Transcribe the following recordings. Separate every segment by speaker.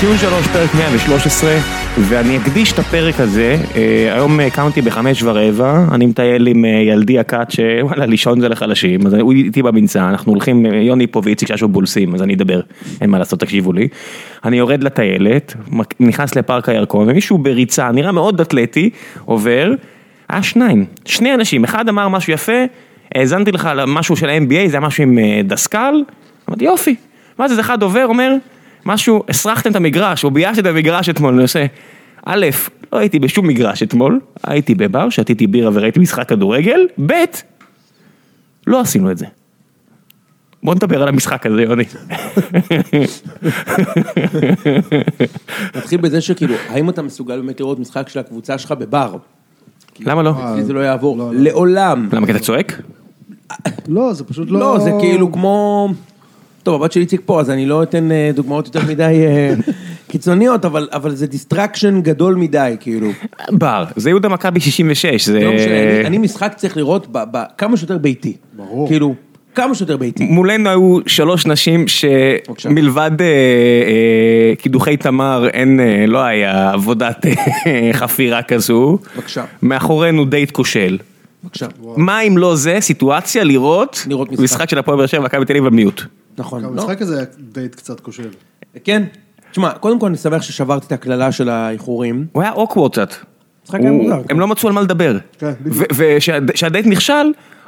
Speaker 1: ציון שלוש, פרק 113, ואני אקדיש את הפרק הזה. אה, היום אה, קמתי בחמש ורבע, אני מטייל עם אה, ילדי הקט שוואלה, לישון זה לחלשים, אז הוא איתי במנסה, אנחנו הולכים, אה, יוני פה ואיציק ששו בולסים, אז אני אדבר, אין מה לעשות, תקשיבו לי. אני יורד לטיילת, מק- נכנס לפארק הירקון, ומישהו בריצה, נראה מאוד אתלטי, עובר, היה שניים, שני אנשים, אחד אמר משהו יפה, האזנתי לך על משהו של NBA, זה היה משהו עם אה, דסקל, אמרתי יופי, ואז איזה אחד עובר, אומר, משהו, הסרחתם את המגרש, או ביישתם את המגרש אתמול, אני עושה, א', לא הייתי בשום מגרש אתמול, הייתי בבר, שתיתי בירה וראיתי משחק כדורגל, ב', לא עשינו את זה. בוא נדבר על המשחק הזה, יוני.
Speaker 2: נתחיל בזה שכאילו, האם אתה מסוגל באמת לראות משחק של הקבוצה שלך בבר?
Speaker 1: למה לא?
Speaker 2: אצלי זה לא יעבור, לעולם.
Speaker 1: למה כי אתה צועק?
Speaker 3: לא, זה פשוט לא...
Speaker 2: לא, זה כאילו כמו... טוב, הבת של איציק פה, אז אני לא אתן אה, דוגמאות יותר מדי אה, קיצוניות, אבל אבל זה דיסטרקשן גדול מדי, כאילו.
Speaker 1: בר, זה יהודה מכבי 66, זה...
Speaker 2: לא משנה, אני- אני משחק צריך לראות ב- ב- כמה שיותר ביתי.
Speaker 3: ברור.
Speaker 2: כאילו, כמה שיותר ביתי.
Speaker 1: מולנו היו שלוש נשים
Speaker 2: בבקשה.
Speaker 1: שמלבד אה, אה, קידוחי תמר אין, אה, לא היה עבודת אה, חפירה כזו.
Speaker 2: בבקשה.
Speaker 1: מאחורינו דייט כושל.
Speaker 2: בבקשה.
Speaker 1: מה אם לא זה סיטואציה לראות
Speaker 2: לראות משחק.
Speaker 1: משחק של הפועל באר שבע מכבי תל אביב במיוט.
Speaker 2: נכון. לא?
Speaker 3: המשחק הזה היה דייט קצת כושל.
Speaker 2: כן. תשמע, קודם כל אני שמח ששברתי את הקללה של האיחורים.
Speaker 1: הוא היה אוקוורד קצת.
Speaker 2: משחק היה
Speaker 1: הוא-
Speaker 2: מוזר.
Speaker 1: הם לא מצאו על מה לדבר.
Speaker 3: כן, בדיוק.
Speaker 1: וכשהדייט נכשל,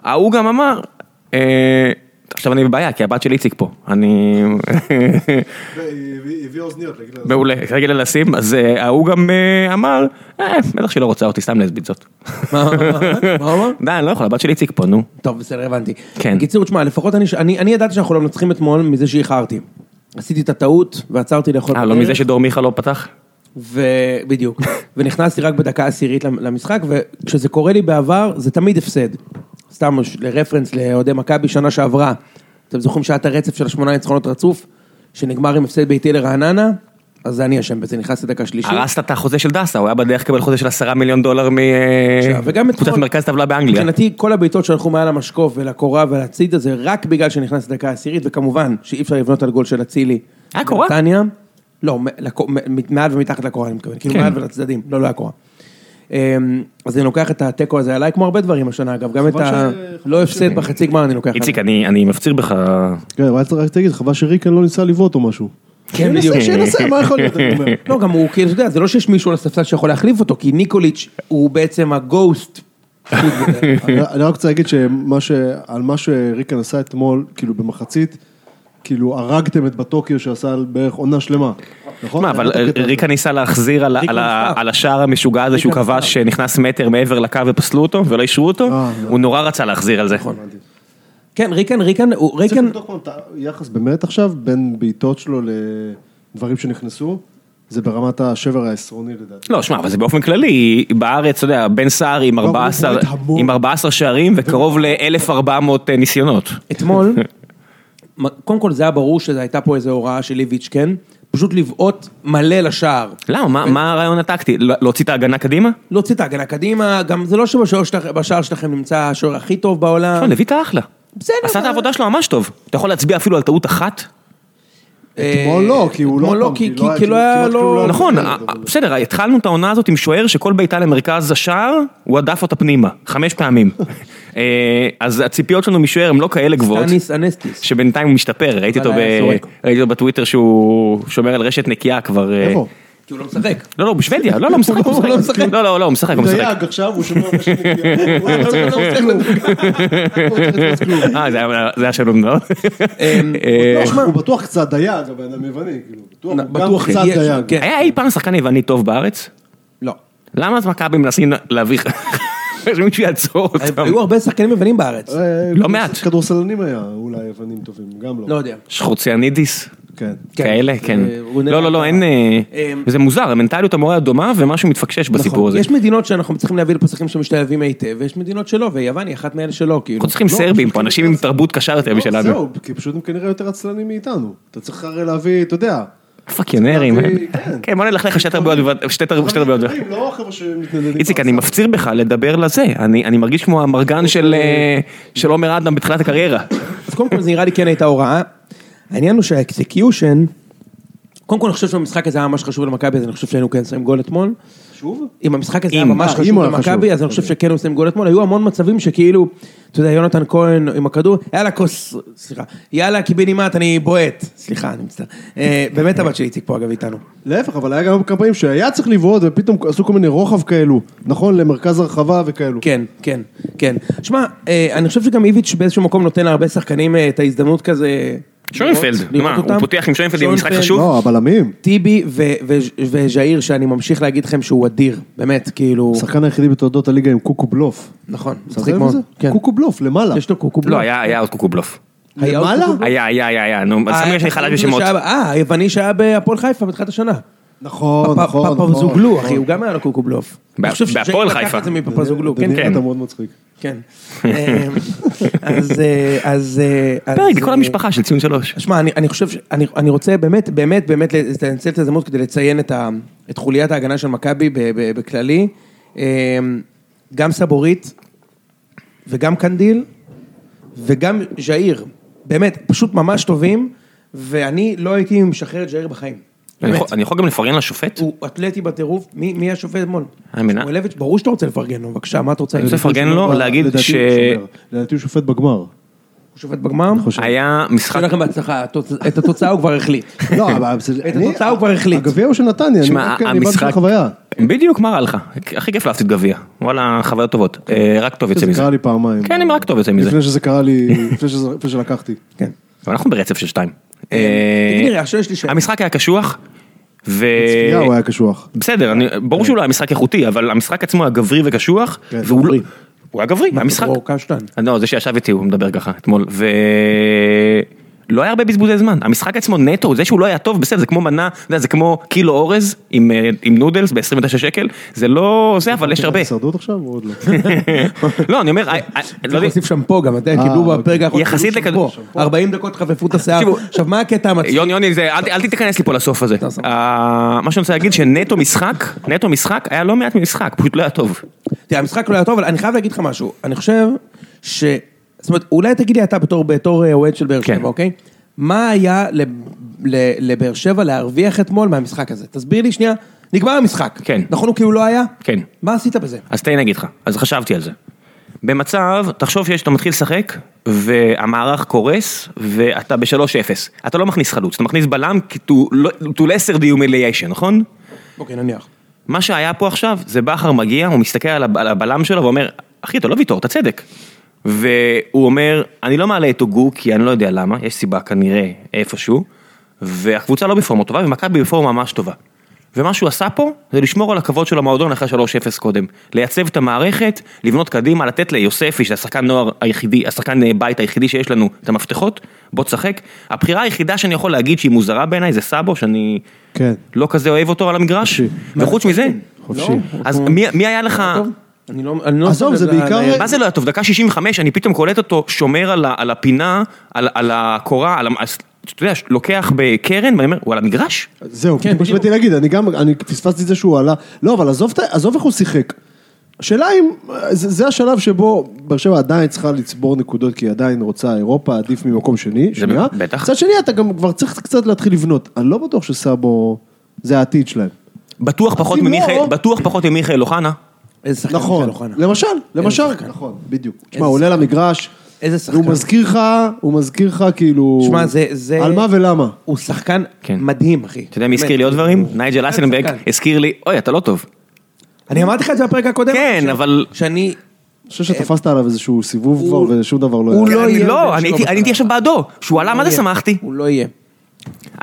Speaker 1: ההוא גם אמר, אה, עכשיו אני בבעיה כי הבת של איציק פה, אני...
Speaker 3: והיא הביאה אוזניות, להגיד לה...
Speaker 1: מעולה, רגע לשים, אז אה, ההוא גם אה, אמר, אה, בטח שהיא לא רוצה אותי, סתם לסבית זאת.
Speaker 2: מה מה הוא אמר?
Speaker 1: די, אני לא יכול, הבת של איציק פה, נו.
Speaker 2: טוב, בסדר, הבנתי.
Speaker 1: כן.
Speaker 2: בקיצור, תשמע, לפחות אני, אני, אני ידעתי שאנחנו לא מנצחים אתמול מזה שאיחרתי. עשיתי את הטעות ועצרתי לאכול
Speaker 1: אה, לא מזה שדור מיכה לא פתח?
Speaker 2: ו... בדיוק. ונכנסתי רק בדקה עשירית למ- למשחק, וכשזה קורה לי בעבר, זה תמיד הפסד. סתם ש- לרפרנס לאוהדי מכבי שנה שעברה. אתם זוכרים שהיה את הרצף של שמונה ניצחונות רצוף, שנגמר עם הפסד ביתי לרעננה? אז אני אשם בזה, נכנסתי דקה שלישית.
Speaker 1: הרסת את החוזה של דסה, הוא היה בדרך לקבל חוזה של עשרה מיליון דולר
Speaker 2: עכשיו, וגם
Speaker 1: מקבוצת
Speaker 2: אתמול-
Speaker 1: מרכז טבלה באנגליה.
Speaker 2: מבחינתי, כל הבעיטות שהלכו מעל המשקוף ולקורה ולצידה, זה רק בגלל שנכנס לדקה העשירית, וכמובן, שאי אפשר לבנות על גול של אצילי.
Speaker 1: היה קורה?
Speaker 2: בנתניה. לא, מ- לקו- מ- מ- מעל ומתחת לקורה, אני מתכוון. כאילו,
Speaker 1: כן.
Speaker 2: מעל ולצדדים. לא, לא היה קורה. אמ, אז אני לוקח את התיקו הזה עליי, כמו הרבה דברים השנה, אגב. גם את
Speaker 3: חבל
Speaker 2: ה...
Speaker 3: ש-
Speaker 2: לא הפסד בחצי גמר אני לוקח עליי.
Speaker 1: איציק, אני אני מפציר בך,
Speaker 3: כן, אבל צריך רק תגיד, חבל שריקן לא ניסה לבעוט או משהו.
Speaker 2: כן, בדיוק.
Speaker 3: שינסה, מה יכול להיות, אני אומר.
Speaker 2: לא, גם הוא, כאילו, אתה יודע, זה לא שיש מישהו על הספסל שיכול להחליף אותו, כי ניקוליץ' הוא בעצם הגוסט.
Speaker 3: אני- אני רק רוצה להגיד שמה ש... על מה שריקן עשה אתמול, כאילו במחצית, כאילו הרגתם את בטוקיו שעשה בערך עונה שלמה. נכון?
Speaker 1: מה, אבל
Speaker 3: היה את
Speaker 2: אה,
Speaker 3: הקטע הזה.
Speaker 1: ריקה ניסה להחזיר על ה-
Speaker 2: ריקה
Speaker 1: על ה-
Speaker 2: נפצע.
Speaker 1: על השער המשוגע הזה שהוא
Speaker 2: ריקה נפצע.
Speaker 1: כבש שנכנס מטר מעבר לקו ופסלו אותו ולא אישרו אותו,
Speaker 3: אה,
Speaker 1: הוא נורא רצה להחזיר על זה.
Speaker 2: נכון. כן, ריקן, ריקן, הוא-
Speaker 3: צריך
Speaker 2: ריקן,
Speaker 3: לבדוק פעם את היחס באמת עכשיו בין בעיטות שלו לדברים שנכנסו, זה ברמת השבר העשרוני לדעתי.
Speaker 1: לא, שמע, אבל זה באופן כללי, בארץ, אתה יודע, בן סער עם
Speaker 3: הוא
Speaker 1: 14
Speaker 3: בועט המון.
Speaker 1: עם 14 שערים וקרוב ל-1400 אה, ניסיונות.
Speaker 2: אתמול, מ- קודם כל זה היה ברור שהייתה פה איזו הוראה של איביץ', כן? פשוט לבעוט מלא לשער.
Speaker 1: למה? מה- מה הרעיון הטקטי? לא- להוציא את ההגנה קדימה?
Speaker 2: להוציא את ההגנה קדימה, גם זה לא שבשער שלכם, בשער שלכם נמצא השוער הכי טוב
Speaker 1: לא,
Speaker 3: נכון,
Speaker 2: בעולם.
Speaker 1: לויטה אחלה.
Speaker 2: בסדר,
Speaker 1: עשה את
Speaker 2: אבל-
Speaker 1: העבודה שלו ממש טוב. אתה יכול להצביע אפילו על טעות אחת?
Speaker 2: אה,
Speaker 3: אתמול לא, כי הוא לא-
Speaker 2: אתמול
Speaker 3: פעם,
Speaker 2: כי-
Speaker 3: כי
Speaker 2: כי-
Speaker 3: לא
Speaker 2: כי
Speaker 3: היה-
Speaker 2: לא היה
Speaker 3: כמעט כלום לא
Speaker 2: לו...
Speaker 3: היה.
Speaker 1: נכון,
Speaker 3: כן,
Speaker 1: אה,
Speaker 3: אבל-
Speaker 1: בסדר, התחלנו את העונה הזאת עם שוער שכל בעיטה למרכז השער, הוא הדף אותה פנימה, חמש פעמים. אה, אז הציפיות שלנו משוער הן לא כאלה גבוהות.
Speaker 2: טניס אנסטיס.
Speaker 1: שבינתיים הוא משתפר, ראיתי אותו, ב...
Speaker 2: אבל היה זורק.
Speaker 1: ראיתי אותו בטוויטר שהוא שומר על רשת נקייה כבר... אה,
Speaker 3: איפה?
Speaker 2: כי הוא לא משחק.
Speaker 1: לא, לא, הוא בשוודיה, לא, לא, הוא משחק, הוא
Speaker 2: לא
Speaker 1: משחק. לא, לא, לא, הוא משחק, הוא משחק.
Speaker 3: דייג עכשיו, הוא שומר משהו נקי. הוא לא צריך לתפוס כלום. הוא לא צריך לתפוס כלום.
Speaker 1: אה, זה היה- זה היה שלום מאוד.
Speaker 3: הוא
Speaker 1: אה,
Speaker 3: בטוח- לא, הוא בטוח קצת דייג, הבן אדם יווני, כאילו. בטוח, הוא גם
Speaker 2: בטוח
Speaker 3: קצת
Speaker 2: יש,
Speaker 3: דייג.
Speaker 2: כן.
Speaker 1: היה אי פעם שחקן יווני טוב בארץ?
Speaker 2: לא.
Speaker 1: למה אז מכבי מנסים להביא... שמישהו יעצור אותם.
Speaker 2: אה, היו הרבה שחקנים יוונים בארץ.
Speaker 3: אה,
Speaker 1: לא מעט.
Speaker 3: כדורסלנים היה אולי יוונים טובים, גם לא.
Speaker 2: לא יודע.
Speaker 1: שחוציאנידיס?
Speaker 3: כן.
Speaker 2: כן.
Speaker 1: כאלה, כן.
Speaker 2: אה, הוא
Speaker 1: לא, לא, לא,
Speaker 2: נראה-
Speaker 1: אין... אה,
Speaker 2: אמ, נכון,
Speaker 1: זה מוזר, המנטליות המורה דומה ומשהו מתפקשש בסיפור הזה.
Speaker 2: יש מדינות שאנחנו צריכים להביא לפה שחקנים שמשתלבים היטב, ויש מדינות שלא, ויוון היא אחת מאלה שלא, כאילו.
Speaker 1: אנחנו צריכים
Speaker 3: לא,
Speaker 1: סרבים
Speaker 3: פשוט
Speaker 1: פה,
Speaker 3: כאילו
Speaker 1: אנשים עם
Speaker 3: זה-
Speaker 1: תרבות קשה יותר
Speaker 3: לא,
Speaker 1: משלנו.
Speaker 3: זהו, כי פשוט הם כנראה יותר עצלנים מאיתנו. אתה צריך הרי להביא, אתה יודע.
Speaker 1: פאקינרים.
Speaker 3: להביא- כן.
Speaker 1: כן, בוא נלך לך שתי תרבויות, בבת- שתי תרב- שתי תרבויות.
Speaker 3: מתנדבים, לא חבר'ה שמתנדבים.
Speaker 1: איציק, אני מפציר בך לדבר לזה, אני אני מרגיש כמו המרגן של אה, של עומר אדם בתחילת הקריירה.
Speaker 2: אז קודם כל זה נראה לי כן הייתה הוראה. העניין הוא שהאקסקיושן, קודם כל, אני חושב שהמשחק הזה היה ממש חשוב למכבי, אז אני חושב שהיינו כן שמים גול אתמול.
Speaker 3: שוב?
Speaker 2: אם המשחק הזה היה
Speaker 1: אם,
Speaker 2: ממש
Speaker 3: אה, אם
Speaker 2: חשוב
Speaker 3: הוא היה חשוב.
Speaker 2: למכבי, אז אני
Speaker 1: אוקיי.
Speaker 2: חושב שכן הוא מסיים גול אתמול. היו המון מצבים שכאילו, אתה יודע, יונתן כהן עם הכדור, יאללה כוס, סליחה, יאללה קיבינימט, אני בועט. סליחה, אני מצטער. אה, באמת הבת של איציק פה, אגב, איתנו.
Speaker 3: להפך, אבל היה גם כמה פעמים שהיה צריך לבעוט ופתאום עשו כל מיני רוחב כאלו, נכון? למרכז הרחבה וכאלו.
Speaker 2: כן, כן, כן. שמע, אה, אני חושב שגם איביץ' באיזשהו מקום נותן להרבה שחקנים אה, את ההזדמנות כזה...
Speaker 1: שוינפלד,
Speaker 2: לראות- לראות
Speaker 1: מה, הוא
Speaker 2: אותם.
Speaker 1: פותח עם שוינפלד עם משחק
Speaker 2: שוינפלד,
Speaker 1: חשוב?
Speaker 3: לא, הבלמים.
Speaker 2: טיבי ו- ו- וז'איר, שאני ממשיך להגיד לכם שהוא אדיר, באמת, כאילו...
Speaker 3: השחקן היחידי בתולדות הליגה עם קוקו בלוף.
Speaker 2: נכון, מצחיק
Speaker 3: שמת לב
Speaker 2: מאוד.
Speaker 3: לזה?
Speaker 2: כן.
Speaker 3: קוקו בלוף, למעלה.
Speaker 2: יש לו קוקו
Speaker 1: לא, היה היה עוד קוקובלוף.
Speaker 2: היה עוד
Speaker 3: למעלה?
Speaker 2: קוקובלוף?
Speaker 1: היה, היה, היה, היה, נו, אז
Speaker 2: אה,
Speaker 1: סמיר שאני חלש בשמות.
Speaker 2: שהיה- אה, היווני שהיה בהפועל חיפה בתחילת השנה.
Speaker 3: נכון,
Speaker 2: פ-
Speaker 3: נכון, נכון.
Speaker 2: פפזוגלו, אחי, הוא גם היה לו קוקו בלוף.
Speaker 1: בה-
Speaker 2: אני חושב שג'ק
Speaker 1: בהפועל
Speaker 2: לקח
Speaker 1: חיפה.
Speaker 2: את זה מפפזוגלו, כן,
Speaker 3: דניאל,
Speaker 2: כן.
Speaker 3: אתה מאוד מצחיק.
Speaker 2: כן. אה, אז... אה, אז... אה, אז,
Speaker 1: פרק, לכל
Speaker 2: אה,
Speaker 1: המשפחה של ציון שלוש.
Speaker 2: שמע, אני, אני חושב ש... אני, אני רוצה באמת, באמת, באמת לנצל את ההזדמנות כדי לציין את, ה, את חוליית ההגנה של מכבי ב- ב- בכללי. אמ, גם סבורית, וגם קנדיל, וגם ז'איר. באמת, פשוט ממש טובים, ואני לא הייתי משחרר את ז'איר בחיים.
Speaker 1: אני
Speaker 2: באמת.
Speaker 1: יכול- אני יכול גם לפרגן לשופט?
Speaker 2: הוא אתלטי בטירוף, מי, מי השופט אתמול?
Speaker 1: אה, מנה.
Speaker 2: שמואלביץ', ברור שאתה רוצה לפרגן לו, בבקשה, מה אתה רוצה?
Speaker 1: אני רוצה לפרגן לו, לא, להגיד
Speaker 3: לדעתי
Speaker 1: ש...
Speaker 3: הוא שומר. לדעתי הוא שופט בגמר.
Speaker 2: הוא שופט בגמר?
Speaker 3: חושב.
Speaker 1: היה משחק,
Speaker 2: שיהיה לכם בהצלחה, התוצ- את התוצאה הוא כבר החליט.
Speaker 3: לא, אבל... בסדר,
Speaker 2: את
Speaker 3: אני-
Speaker 2: התוצאה הוא כבר החליט.
Speaker 3: הגביע הוא של נתניה, אני כן,
Speaker 1: שמע,
Speaker 3: רק- אני בא בשביל
Speaker 1: המשחק,
Speaker 3: החוויה.
Speaker 1: בדיוק מה רע לך, הכי כיף להפסיד גביע, וואלה חוויות טובות, אה, רק טוב יוצא
Speaker 3: זה
Speaker 1: מזה,
Speaker 3: קרה לי פעמיים.
Speaker 1: כן, אם רק טוב יוצא מזה,
Speaker 3: לפני שזה קרה לי, לפני שזה- לפני שלקחתי.
Speaker 2: כן.
Speaker 1: אבל אנחנו ברצף של שתיים.
Speaker 2: תגיד לי,
Speaker 1: אה,
Speaker 2: עכשיו יש לי שאלה.
Speaker 1: המשחק היה קשוח, ו...
Speaker 3: צפייה היה קשוח.
Speaker 1: בסדר, אני- ברור שהוא לא היה משחק איכותי, אבל המשחק עצמו היה גברי וקשוח,
Speaker 3: כן,
Speaker 1: והוא לא...
Speaker 3: גברי.
Speaker 1: הוא היה גברי, המשחק...
Speaker 2: דרור קשטן.
Speaker 1: לא, זה שישב איתי הוא מדבר ככה אתמול, ולא היה הרבה בזבוזי זמן, המשחק עצמו נטו, זה שהוא לא היה טוב, בסדר, זה כמו מנה, אתה יודע, זה כמו קילו אורז עם אה, עם נודלס ב-29 שקל, זה לא זה, אבל יש הרבה.
Speaker 3: הישרדות עכשיו או עוד לא?
Speaker 1: לא, אני אומר, אה, אה, לא
Speaker 2: צריך
Speaker 1: יודע,
Speaker 2: להוסיף שמפו גם, אתה יודע,
Speaker 3: אה,
Speaker 2: קיבלו
Speaker 3: אוקיי.
Speaker 2: בפרק האחרון,
Speaker 1: יחסית
Speaker 2: קיבלו שמפו. 40 דקות חפפו את השיער.
Speaker 1: תקשיבו,
Speaker 2: עכשיו, מה הקטע המצחיק?
Speaker 1: יוני, יוני, זה- אל ת- אל תיכנס לי פה לסוף הזה. אה, מה שאני רוצה להגיד שנטו משחק, נטו משחק, היה לא מעט ממשחק, פשוט לא היה טוב.
Speaker 2: תראה, המשחק לא היה טוב, אבל אני חייב להגיד לך משהו. אני חושב ש... זאת אומרת, אולי תגיד לי אתה בתור בתור אה, אוהד של באר
Speaker 1: כן.
Speaker 2: שבע, אוקיי? מה היה לב- ל- לבאר שבע להרוויח אתמול מהמשחק הזה? תסביר לי שנייה. נגמר המשחק.
Speaker 1: כן.
Speaker 2: נכון, הוא כאילו לא היה?
Speaker 1: כן.
Speaker 2: מה עשית בזה?
Speaker 1: אז תן לי להגיד לך, אז חשבתי על זה. במצב, תחשוב שיש, אתה מתחיל לשחק, והמערך קורס, ואתה ב-3-0. אתה לא מכניס חלוץ, אתה מכניס בלם, כי to to lesser the humiliation, נכון?
Speaker 2: אוקיי, נניח.
Speaker 1: מה שהיה פה עכשיו, זה בכר מגיע, הוא מסתכל על הב- על הבלם שלו ואומר, אחי, אתה לא ויטור, אתה צדק. והוא אומר, אני לא מעלה את הוגו, כי אני לא יודע למה, יש סיבה כנראה איפשהו, והקבוצה לא בפורמה טובה, ומכבי בפורמה ממש טובה. ומה שהוא עשה פה, זה לשמור על הכבוד של המועדון אחרי 3-0 קודם. לייצב את המערכת, לבנות קדימה, לתת ליוספי, שזה השחקן נוער היחידי, השחקן אה, בית היחידי שיש לנו, את המפתחות, בוא תשחק. הבחירה היחידה שאני יכול להגיד שהיא מוזרה בעיניי זה סאבו, שאני
Speaker 3: כן.
Speaker 1: לא כזה אוהב אותו על המגרש, וחוץ מזה,
Speaker 3: חופשי.
Speaker 1: אז מי- מי היה לך,
Speaker 2: לא, טוב? אני לא... אני לא
Speaker 3: עזוב, זה
Speaker 2: שם לב ל-
Speaker 3: בעיקר-
Speaker 2: ל-
Speaker 1: אה. מה זה לא היה טוב, דקה 65, אני פתאום קולט אותו, שומר על ה- על הפינה, על- על הקורה, על ה... אז, אתה יודע, לוקח בקרן, ואני אומר, הוא על המגרש?
Speaker 3: זהו,
Speaker 2: כן,
Speaker 3: כמו שבאתי להגיד, אני גם, אני פספסתי את זה שהוא עלה, לא, אבל עזוב את ה- עזוב איך הוא שיחק. השאלה אם, זה זה השלב שבו באר שבע עדיין צריכה לצבור נקודות, כי היא עדיין רוצה אירופה, עדיף ממקום שני, שנייה.
Speaker 1: בטח.
Speaker 3: מצד שני, אתה גם כבר צריך קצת להתחיל לבנות. אני לא בטוח שסאבו, זה העתיד שלהם.
Speaker 1: בטוח פחות
Speaker 2: אוקיי,
Speaker 3: אם
Speaker 1: ממיכאל,
Speaker 3: לא-
Speaker 1: בטוח פחות ממיכאל אוחנה.
Speaker 2: איזה שחקן
Speaker 3: נכון,
Speaker 2: מיכאל אוחנה.
Speaker 3: למשל, למשל,
Speaker 2: שחקן.
Speaker 3: נכון, בדיוק. תשמע, הוא עולה למגרש,
Speaker 2: איזה שחקן.
Speaker 3: הוא מזכיר לך, הוא מזכיר לך כאילו,
Speaker 2: שמע, זה- זה-
Speaker 3: על מה ולמה.
Speaker 2: הוא שחקן
Speaker 1: כן.
Speaker 2: מדהים, אחי.
Speaker 1: אתה יודע מי הזכיר
Speaker 2: באמת. כן.
Speaker 1: לי עוד דברים? נייג'ל אסנבק
Speaker 2: שחקן.
Speaker 1: הזכיר לי, אוי, אתה לא טוב.
Speaker 2: אני אמרתי לך את זה בפרק הקודם.
Speaker 1: כן,
Speaker 2: ש-
Speaker 1: אבל-
Speaker 2: שאני...
Speaker 3: אני חושב שתפסת עליו איזשהו סיבוב
Speaker 2: אה, הוא-
Speaker 3: כבר, ושום דבר לא
Speaker 2: הוא
Speaker 3: היה.
Speaker 2: לא
Speaker 1: אני-
Speaker 2: יהיה בבאר
Speaker 1: לא, אני
Speaker 2: שבע
Speaker 1: הייתי- אני הייתי
Speaker 2: בכלל.
Speaker 1: עכשיו בעדו. שהוא עלה, אה, מה זה
Speaker 2: יהיה.
Speaker 1: שמחתי?
Speaker 2: הוא לא יהיה.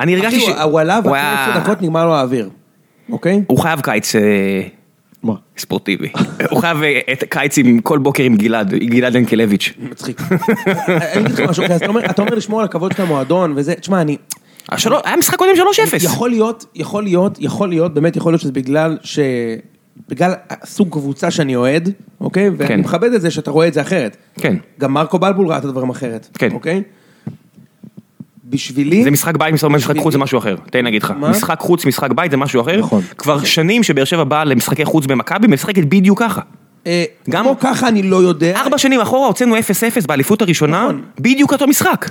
Speaker 1: אני הרגשתי ש...
Speaker 2: אחי, הוא עלה ואחרי
Speaker 1: היה-
Speaker 2: עשר דקות נגמר לו האוויר. אוקיי?
Speaker 1: הוא חייב קיץ אה,
Speaker 3: מה?
Speaker 1: ספורטיבי. הוא חייב אה, את קיץ עם כל בוקר עם גלעד, גלעד ינקלביץ'.
Speaker 2: מצחיק. אני אגיד לך משהו, אוקיי, אז אתה אומר- אתה אומר לשמור על הכבוד של המועדון וזה, תשמע, אני...
Speaker 1: השלו- היה משחק קודם 3-0.
Speaker 2: יכול להיות, יכול להיות, יכול להיות, באמת יכול להיות שזה בגלל ש... בגלל סוג קבוצה שאני אוהד, אוקיי? ואני
Speaker 1: כן.
Speaker 2: מכבד את זה שאתה רואה את זה אחרת.
Speaker 1: כן.
Speaker 2: גם מרקו בלבול ראה את הדברים אחרת.
Speaker 1: כן.
Speaker 2: אוקיי? בשבילי...
Speaker 1: זה משחק בית, משחק- משחק חוץ זה משהו אחר, תן לי להגיד לך.
Speaker 2: מה? אוקיי.
Speaker 1: משחק חוץ, משחק בית זה משהו אחר.
Speaker 3: נכון.
Speaker 1: כבר שנים שבאר שבע באה למשחקי חוץ במכבי, משחקת בדיוק ככה.
Speaker 2: אה,
Speaker 1: גם-
Speaker 2: כמו ככה אני לא יודע.
Speaker 1: ארבע שנים אחורה הוצאנו 0-0 באליפות הראשונה,
Speaker 2: נכון.
Speaker 1: בדיוק אותו משחק.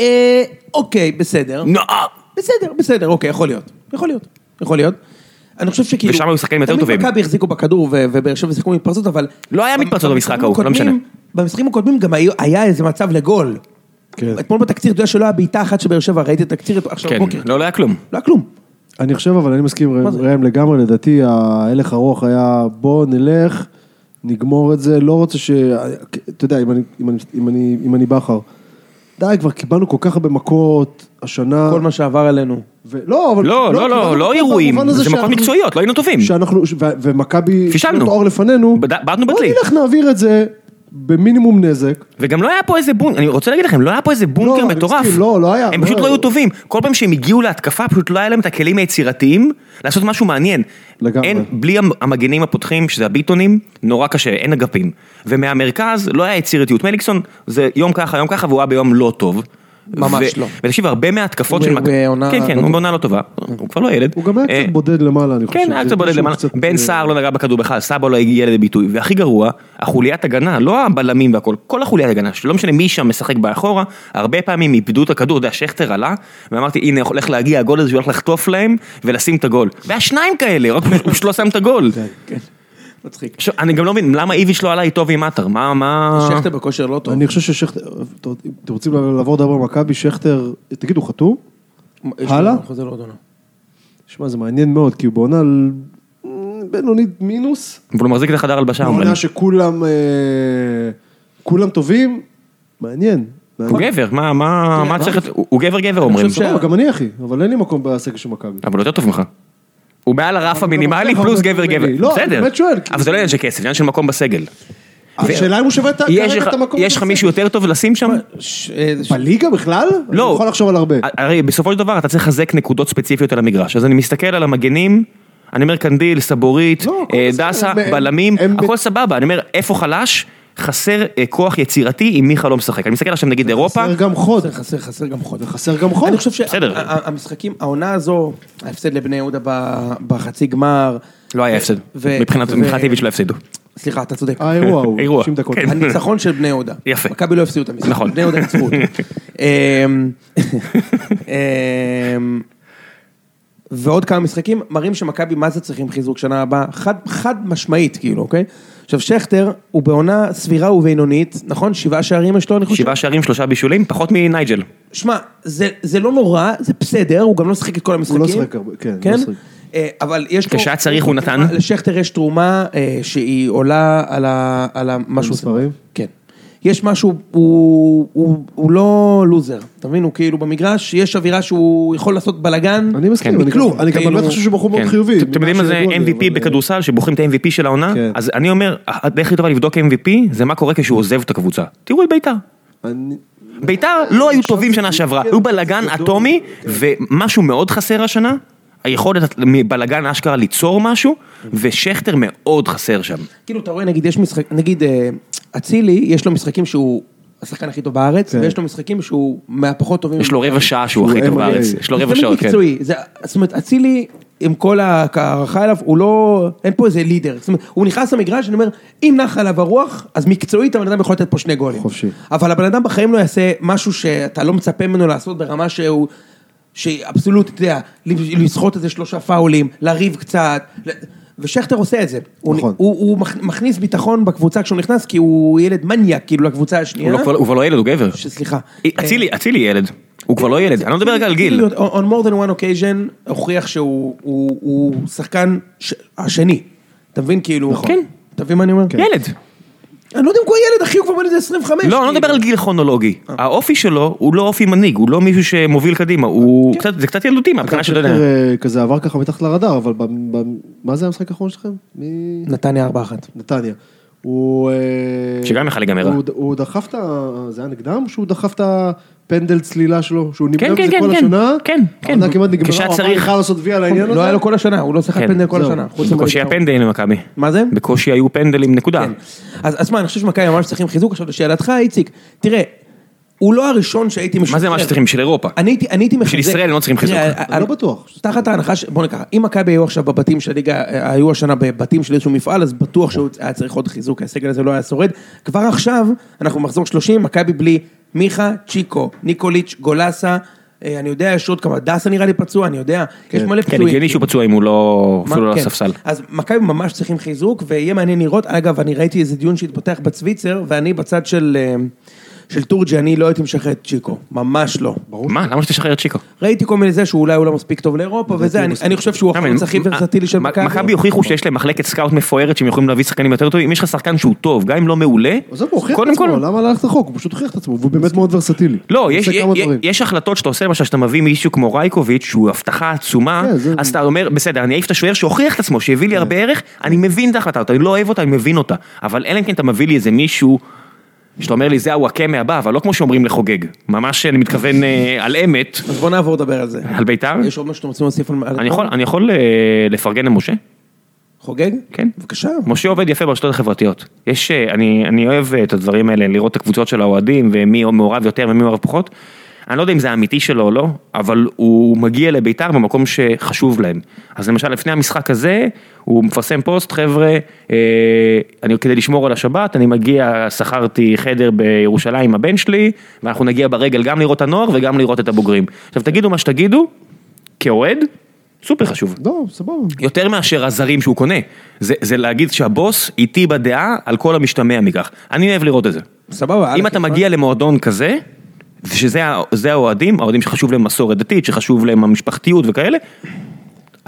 Speaker 2: אה, אוקיי, בסדר.
Speaker 1: נו, אה,
Speaker 2: בסדר, בסדר, אוקיי, יכול להיות. יכול להיות. יכול להיות. אני חושב שכאילו...
Speaker 1: ושם היו שחקנים יותר טובים.
Speaker 2: תמיד מכבי החזיקו בכדור ו- ובאר שבע שיחקו מתפרצות, אבל...
Speaker 1: לא היה מתפרצות במשחק ההוא, לא משנה.
Speaker 2: הקודמים- במשחקים הקודמים גם היו- היה איזה מצב לגול.
Speaker 3: כן.
Speaker 2: אתמול בתקציר, אתה יודע שלא היה בעיטה אחת של באר שבע, ראיתי את התקציר עכשיו
Speaker 1: כן,
Speaker 2: בבוקר.
Speaker 1: לא, לא היה כלום.
Speaker 2: לא היה כלום.
Speaker 3: אני חושב, אבל אני מסכים עם
Speaker 2: זה?
Speaker 3: ראם לגמרי, לדעתי ההלך הרוח היה בוא נלך, נגמור את זה, לא רוצה ש... אתה יודע, אם אני, אם אני, אם אני, אם אני בכר, די, כבר קיבלנו כל כך הרבה מכות השנה.
Speaker 2: כל מה שעבר עלינו.
Speaker 3: ולא, אבל...
Speaker 1: לא, לא,
Speaker 3: קיבלנו
Speaker 1: לא, לא
Speaker 3: מכות
Speaker 1: אירועים,
Speaker 3: במובן הזה
Speaker 1: זה מכות
Speaker 3: שאנחנו-
Speaker 1: מקצועיות, לא היינו טובים.
Speaker 3: שאנחנו, ש- ו- ומכבי...
Speaker 1: פישלנו.
Speaker 3: שנות האור לפנינו.
Speaker 1: בד- בעטנו
Speaker 3: בוא
Speaker 1: בדלי.
Speaker 3: נלך נעביר את זה במינימום נזק.
Speaker 1: וגם לא היה פה איזה בונקר, אני רוצה להגיד לכם, לא היה פה איזה בונקר
Speaker 3: לא, אני
Speaker 1: מטורף.
Speaker 3: מסכים, לא, לא היה,
Speaker 1: הם
Speaker 3: לא
Speaker 1: פשוט לא
Speaker 3: היה.
Speaker 1: היו טובים. כל פעם שהם הגיעו להתקפה, פשוט לא היה להם את הכלים היצירתיים לעשות משהו מעניין.
Speaker 3: לגמרי.
Speaker 1: אין, בלי המ- המגנים הפותחים, שזה הביטונים, נורא קשה, אין אגפים. ומהמרכז לא היה יצירתיות. מליקסון זה יום ככה, יום ככה, והוא היה ביום לא טוב.
Speaker 2: ממש
Speaker 1: ו-
Speaker 2: לא.
Speaker 1: ותקשיב, הרבה מההתקפות
Speaker 2: הוא
Speaker 1: של...
Speaker 2: ב-
Speaker 1: מכבי-
Speaker 2: בעונה
Speaker 1: כן, כן,
Speaker 2: לא
Speaker 1: הוא
Speaker 2: טוב.
Speaker 1: בעונה לא טובה. הוא כבר לא ילד.
Speaker 3: הוא גם היה
Speaker 1: אה,
Speaker 3: קצת בודד למעלה, אני חושב.
Speaker 1: כן, היה
Speaker 3: זה
Speaker 1: קצת בודד
Speaker 3: מישהו
Speaker 1: למעלה.
Speaker 3: קצת- אה,
Speaker 1: בן סער לא נגע בכדור בכלל, סבא לא הגיע לידי ביטוי. והכי גרוע, החוליית הגנה, לא הבלמים והכל, כל החוליית הגנה, שלא משנה מי שם משחק באחורה, הרבה פעמים איבדו את הכדור, אתה יודע, שכטר עלה, ואמרתי, הנה, הולך להגיע הגול הזה, שהוא הולך לחטוף להם ולשים את הגול. והיה שניים כאלה, רק הוא פשוט לא שם את הגול.
Speaker 3: כן. אה,
Speaker 2: מצחיק.
Speaker 1: עכשיו, אני גם לא מבין, למה איביץ' לא עלה איתו ועם עטר? מה, מה...
Speaker 2: שכטר בכושר לא טוב.
Speaker 3: אני חושב ששכטר, טוב, אם אתם רוצים לעבור לדבר במכבי, שכטר, תגידו, חתום?
Speaker 2: יש לו
Speaker 3: הלאה?
Speaker 2: חוזה לעוד עונה.
Speaker 3: שמע, זה מעניין מאוד, כי הוא בעונה על- מ, בינונית מינוס,
Speaker 1: אבל הוא מחזיק את החדר הלבשה, לא, אבל-
Speaker 3: בעונה שכולם אה, כולם טובים, מעניין.
Speaker 1: הוא
Speaker 3: מעניין.
Speaker 1: גבר, מה,
Speaker 3: כן,
Speaker 1: מה, מה צריך... הוא הוא גבר גבר אומרים.
Speaker 2: חושב
Speaker 3: סבבה, גם לא אני אחי, אבל אין לי מקום בסגל של מכבי.
Speaker 1: אבל הוא יותר טוב ממך. הוא מעל הרף המינימלי
Speaker 3: אבל-
Speaker 1: פלוס
Speaker 3: אבל-
Speaker 1: גבר גבר.
Speaker 3: לא, אני
Speaker 1: בסדר.
Speaker 3: באמת שואל,
Speaker 1: אבל
Speaker 3: כאילו-
Speaker 1: זה לא עניין של כסף, זה עניין של מקום בסגל.
Speaker 3: השאלה אם הוא שווה את ה-
Speaker 1: אה, יש
Speaker 3: כרגע
Speaker 1: לך-
Speaker 3: את המקום.
Speaker 1: יש לך
Speaker 3: בסגל.
Speaker 1: מישהו יותר טוב לשים שם?
Speaker 2: ש- אה, ש-
Speaker 3: בליגה בכלל?
Speaker 1: לא.
Speaker 3: אני יכול לחשוב על הרבה.
Speaker 1: הרי בסופו של דבר אתה צריך לחזק נקודות ספציפיות על המגרש. אז אני מסתכל על המגנים, אני אומר קנדיל, סבורית,
Speaker 3: לא, הכל
Speaker 1: אה,
Speaker 3: בסדר,
Speaker 1: דסה,
Speaker 3: הם- הם-
Speaker 1: בלמים,
Speaker 3: הם-
Speaker 1: הכל סבבה. אני אומר, איפה חלש? חסר אה, כוח יצירתי אם מיכה לא משחק. אני מסתכל עכשיו נגיד אירופה,
Speaker 3: חסר גם חוד.
Speaker 2: חסר, חסר, חסר גם חוד.
Speaker 3: חסר גם חוד.
Speaker 2: אני חושב
Speaker 1: בסדר.
Speaker 2: שהמשחקים, העונה הזו, ההפסד לבני יהודה ב- בחצי גמר.
Speaker 1: לא היה הפסד.
Speaker 2: ו-
Speaker 1: מבחינת
Speaker 2: ו-
Speaker 1: מבחינת איביץ' לא הפסידו.
Speaker 3: אוקיי.
Speaker 2: סליחה, אתה צודק.
Speaker 3: האירוע הוא,
Speaker 1: אירוע.
Speaker 3: 90 דקות.
Speaker 1: כן.
Speaker 2: הניצחון של בני יהודה.
Speaker 1: יפה.
Speaker 2: מכבי לא הפסידו את המשחק.
Speaker 1: נכון.
Speaker 2: בני יהודה ניצחו אותו. אמ, אמ, ועוד כמה משחקים מראים שמכבי מה זה צריכים חיזוק שנה הבאה, חד, חד משמעית כאילו, אוקיי? עכשיו שכטר הוא בעונה סבירה ובינונית, נכון? שבעה שערים יש לו, אני חושב.
Speaker 1: שבעה שערים, שלושה בישולים, פחות מנייג'ל.
Speaker 2: שמע, זה, זה לא נורא, זה בסדר, הוא גם לא שיחק את כל המשחקים.
Speaker 3: לא שיחק הרבה, כן, לא
Speaker 2: כן?
Speaker 3: שיחק.
Speaker 2: אה, אבל יש לו...
Speaker 1: כשהיה צריך הוא נתן.
Speaker 2: לשכטר יש תרומה אה, שהיא עולה על, ה, על ה, משהו...
Speaker 3: המספרים?
Speaker 2: כן. יש משהו, הוא, הוא, הוא לא לוזר, אתה מבין? הוא כאילו במגרש, יש אווירה שהוא יכול לעשות בלאגן.
Speaker 3: אני מסכים,
Speaker 1: כן.
Speaker 3: אני
Speaker 2: מכלום.
Speaker 3: גם- אני גם
Speaker 2: כאילו-
Speaker 3: באמת חושב שהוא בחור מאוד
Speaker 1: כן.
Speaker 3: חיובי.
Speaker 1: אתם יודעים מה זה
Speaker 3: שידוע לי,
Speaker 1: MVP
Speaker 3: אבל- אה,
Speaker 1: בכדורסל, שבוחרים את ה-MVP של העונה?
Speaker 3: כן.
Speaker 1: אז אני אומר, הדרך הכי טובה לבדוק MVP זה מה קורה כשהוא עוזב את הקבוצה. תראו את בית"ר.
Speaker 3: אני-
Speaker 1: בית"ר לא היו טובים שנה
Speaker 3: כן,
Speaker 1: שעברה, היו בלאגן אטומי, ומשהו מאוד חסר השנה, היכולת מבלאגן אשכרה ליצור משהו, ושכטר מאוד חסר שם.
Speaker 2: כאילו, אתה רואה, נגיד, יש משחק, נגיד, אה, אצילי, יש לו משחקים שהוא השחקן הכי טוב בארץ,
Speaker 3: כן.
Speaker 2: ויש לו משחקים שהוא מהפחות טובים.
Speaker 1: יש לו רבע שעה שהוא הכי טוב
Speaker 3: NBA.
Speaker 1: בארץ, יש לו רבע
Speaker 2: זה לא
Speaker 1: שעות, כן.
Speaker 2: מקצועי, זה- זאת אומרת, אצילי, עם כל ההערכה אליו, הוא לא, אין פה איזה לידר. זאת אומרת, הוא נכנס למגרש, אני אומר, אם נח עליו הרוח, אז מקצועית הבן אדם יכול לתת פה שני גולים.
Speaker 3: חופשי.
Speaker 2: אבל הבן אדם בחיים לא יעשה משהו שאתה לא מצפה ממנו לעשות ברמה שהוא... שהיא אבסולוטית, אתה יודע, לסחוט איזה שלושה פאולים, לריב קצת, ל- ושכטר עושה את זה. הוא-
Speaker 3: נכון.
Speaker 2: הוא, הוא מכ- מכניס ביטחון בקבוצה כשהוא נכנס, כי הוא ילד מניאק, כאילו, לקבוצה
Speaker 3: אה?
Speaker 2: השנייה.
Speaker 1: הוא לא- הוא כבר לא ילד, הוא גבר.
Speaker 2: ש- סליחה.
Speaker 1: אצילי, אצילי ילד. הוא כבר לא ילד, אני לא מדבר רק על גיל.
Speaker 3: אה,
Speaker 2: On on more than one occasion הוכיח שהוא הוא- הוא שחקן ש- השני. אתה מבין כאילו?
Speaker 1: כן.
Speaker 2: אתה מבין מה אני אומר?
Speaker 1: ילד.
Speaker 2: אני לא יודע אם הוא ילד, אחי, הוא כבר בן איזה כאילו. 25.
Speaker 1: לא, אני לא מדבר על גיל כרונולוגי.
Speaker 2: אה.
Speaker 1: האופי שלו הוא לא אופי מנהיג, הוא לא מישהו שמוביל קדימה,
Speaker 2: אה.
Speaker 1: הוא קצת, זה קצת ילדותי מהבחינה של...
Speaker 3: שכטר, אה, כזה עבר ככה מתחת לרדאר, אבל ב- ב- מה זה המשחק האחרון שלכם? מי-
Speaker 2: נתניה 4-1.
Speaker 3: נתניה. הוא... אה,
Speaker 1: שגם יכל להיגמר רע.
Speaker 3: הוא- הוא דחף את ה... זה היה נגדם? שהוא דחף את הפנדל צלילה שלו? שהוא
Speaker 1: כן,
Speaker 3: נמנע
Speaker 1: כן,
Speaker 3: בזה
Speaker 1: כן,
Speaker 3: כל
Speaker 1: כן.
Speaker 3: השנה?
Speaker 1: כן, כן.
Speaker 3: העונה כמעט נגמרה,
Speaker 1: כשהיה
Speaker 3: הוא אמר,
Speaker 1: צריך.
Speaker 3: "אני חייב לעשות וי על העניין הזה?
Speaker 2: לא היה לו כל השנה, הוא לא שיחק
Speaker 1: כן.
Speaker 2: פנדל כל
Speaker 3: זהו.
Speaker 2: השנה. חוץ
Speaker 1: בקושי היה
Speaker 2: מהבית"ר.
Speaker 1: פנדלים למכבי.
Speaker 2: מה זה?
Speaker 1: בקושי היו פנדלים, נקודה.
Speaker 2: כן. אז אז מה, אני חושב שמכבי ממש צריכים חיזוק. עכשיו, לשאלתך, איציק, תראה, הוא לא הראשון שהייתי משחרר.
Speaker 1: מה זה מה שצריכים? של אירופה.
Speaker 2: אני הייתי, אני הייתי מחזק.
Speaker 1: ישראל לא צריכים חיזוק.
Speaker 2: תראה,
Speaker 3: אני לא בטוח.
Speaker 2: תחת ההנחה, ש... בוא נקרא, אם מכבי היו עכשיו בבתים של הליגה, אה, היו השנה בבתים של איזשהו מפעל, אז בטוח שהוא היה צריך עוד חיזוק, הסגל הזה לא היה שורד. כבר עכשיו, אנחנו במחזור 30, מכבי בלי מיכה, צ'יקו, ניקוליץ', גולסה, אה, אני יודע, יש עוד כמה, דסה נראה לי פצוע, אני יודע, יש מלא
Speaker 1: כן,
Speaker 2: פצועים.
Speaker 1: הגיוני שהוא פצוע אם הוא לא,
Speaker 2: מה-
Speaker 1: אפילו לא על
Speaker 2: כן.
Speaker 1: הספסל.
Speaker 2: אז מכבי ממש צריכים חיזוק, ויהיה מעניין לראות. אגב, אני ראיתי איזה דיון שהתפתח בצוויצר, ואני בצד של, אה, של תורג'י, אני לא הייתי משחרר את צ'יקו, ממש לא.
Speaker 1: מה, למה שתשחרר את צ'יקו?
Speaker 2: ראיתי כל מיני זה שאולי הוא לא מספיק טוב לאירופה וזה, אני, אני חושב שהוא
Speaker 1: למה,
Speaker 2: החלוץ הכי
Speaker 1: מ-
Speaker 2: ורסטילי של
Speaker 1: אה, מ-
Speaker 2: מכבי.
Speaker 1: מכבי הוכיחו שיש להם מחלקת סקאוט מפוארת שהם יכולים להביא שחקנים יותר טובים, אם יש לך שחקן שהוא טוב, גם אם לא מעולה,
Speaker 3: עזוב, הוא הוכיח את
Speaker 1: קודם
Speaker 3: עצמו,
Speaker 1: כל,
Speaker 2: לא?
Speaker 3: למה ללכת רחוק? הוא פשוט הוכיח את עצמו, והוא באמת מאוד ורסטילי.
Speaker 1: לא,
Speaker 3: הוא
Speaker 1: יש,
Speaker 3: עושה
Speaker 1: יש,
Speaker 3: כמה דברים.
Speaker 1: יש החלטות שאתה עושה, למשל שאתה מביא מישהו כמו רייקוביץ', שהוא הבטחה עצומה,
Speaker 3: כן, זה- כן.
Speaker 1: אז אתה אומר, בסדר, אני אעיף את השוער שהוכיח את עצמו, שהביא לי הרבה ערך, אני מבין את ההחלטה, הזאת, אני לא אוהב אותה, אני מבין אותה, אבל אלא אם כן אתה מביא לי איזה מישהו, שאתה אומר לי, זה הוואקמה הבא, אבל לא כמו שאומרים לחוגג, ממש אני מתכוון אה, על אמת,
Speaker 2: אז בוא נעבור לדבר על זה.
Speaker 1: על בית"ר,
Speaker 2: יש עוד משהו שאתם רוצים להוסיף על...
Speaker 1: אה. אני יכול, אני יכול אה, לפרגן למשה?
Speaker 2: חוגג?
Speaker 1: כן.
Speaker 2: בבקשה.
Speaker 1: משה עובד יפה ברשתות החברתיות. יש, אה, אני, אני אוהב אה, את הדברים האלה, לראות את הקבוצות של האוהדים ומי מעורב יותר ומי מעורב פחות. אני לא יודע אם זה אמיתי שלו או לא, אבל הוא מגיע לביתר במקום שחשוב להם. אז למשל לפני המשחק הזה, הוא מפרסם פוסט, חבר'ה, אה, אני כדי לשמור על השבת, אני מגיע, שכרתי חדר בירושלים עם הבן שלי, ואנחנו נגיע ברגל גם לראות את הנוער וגם לראות את הבוגרים. עכשיו תגידו מה שתגידו, כאוהד, סופר חשוב.
Speaker 3: לא, סבבה.
Speaker 1: יותר מאשר הזרים שהוא קונה, זה, זה להגיד שהבוס איתי בדעה על כל המשתמע מכך. אני אוהב לראות את זה.
Speaker 2: סבבה. אה,
Speaker 1: אם אתה מגיע למועדון כזה, שזה ה- זה האוהדים, האוהדים שחשוב להם מסורת דתית, שחשוב להם המשפחתיות וכאלה,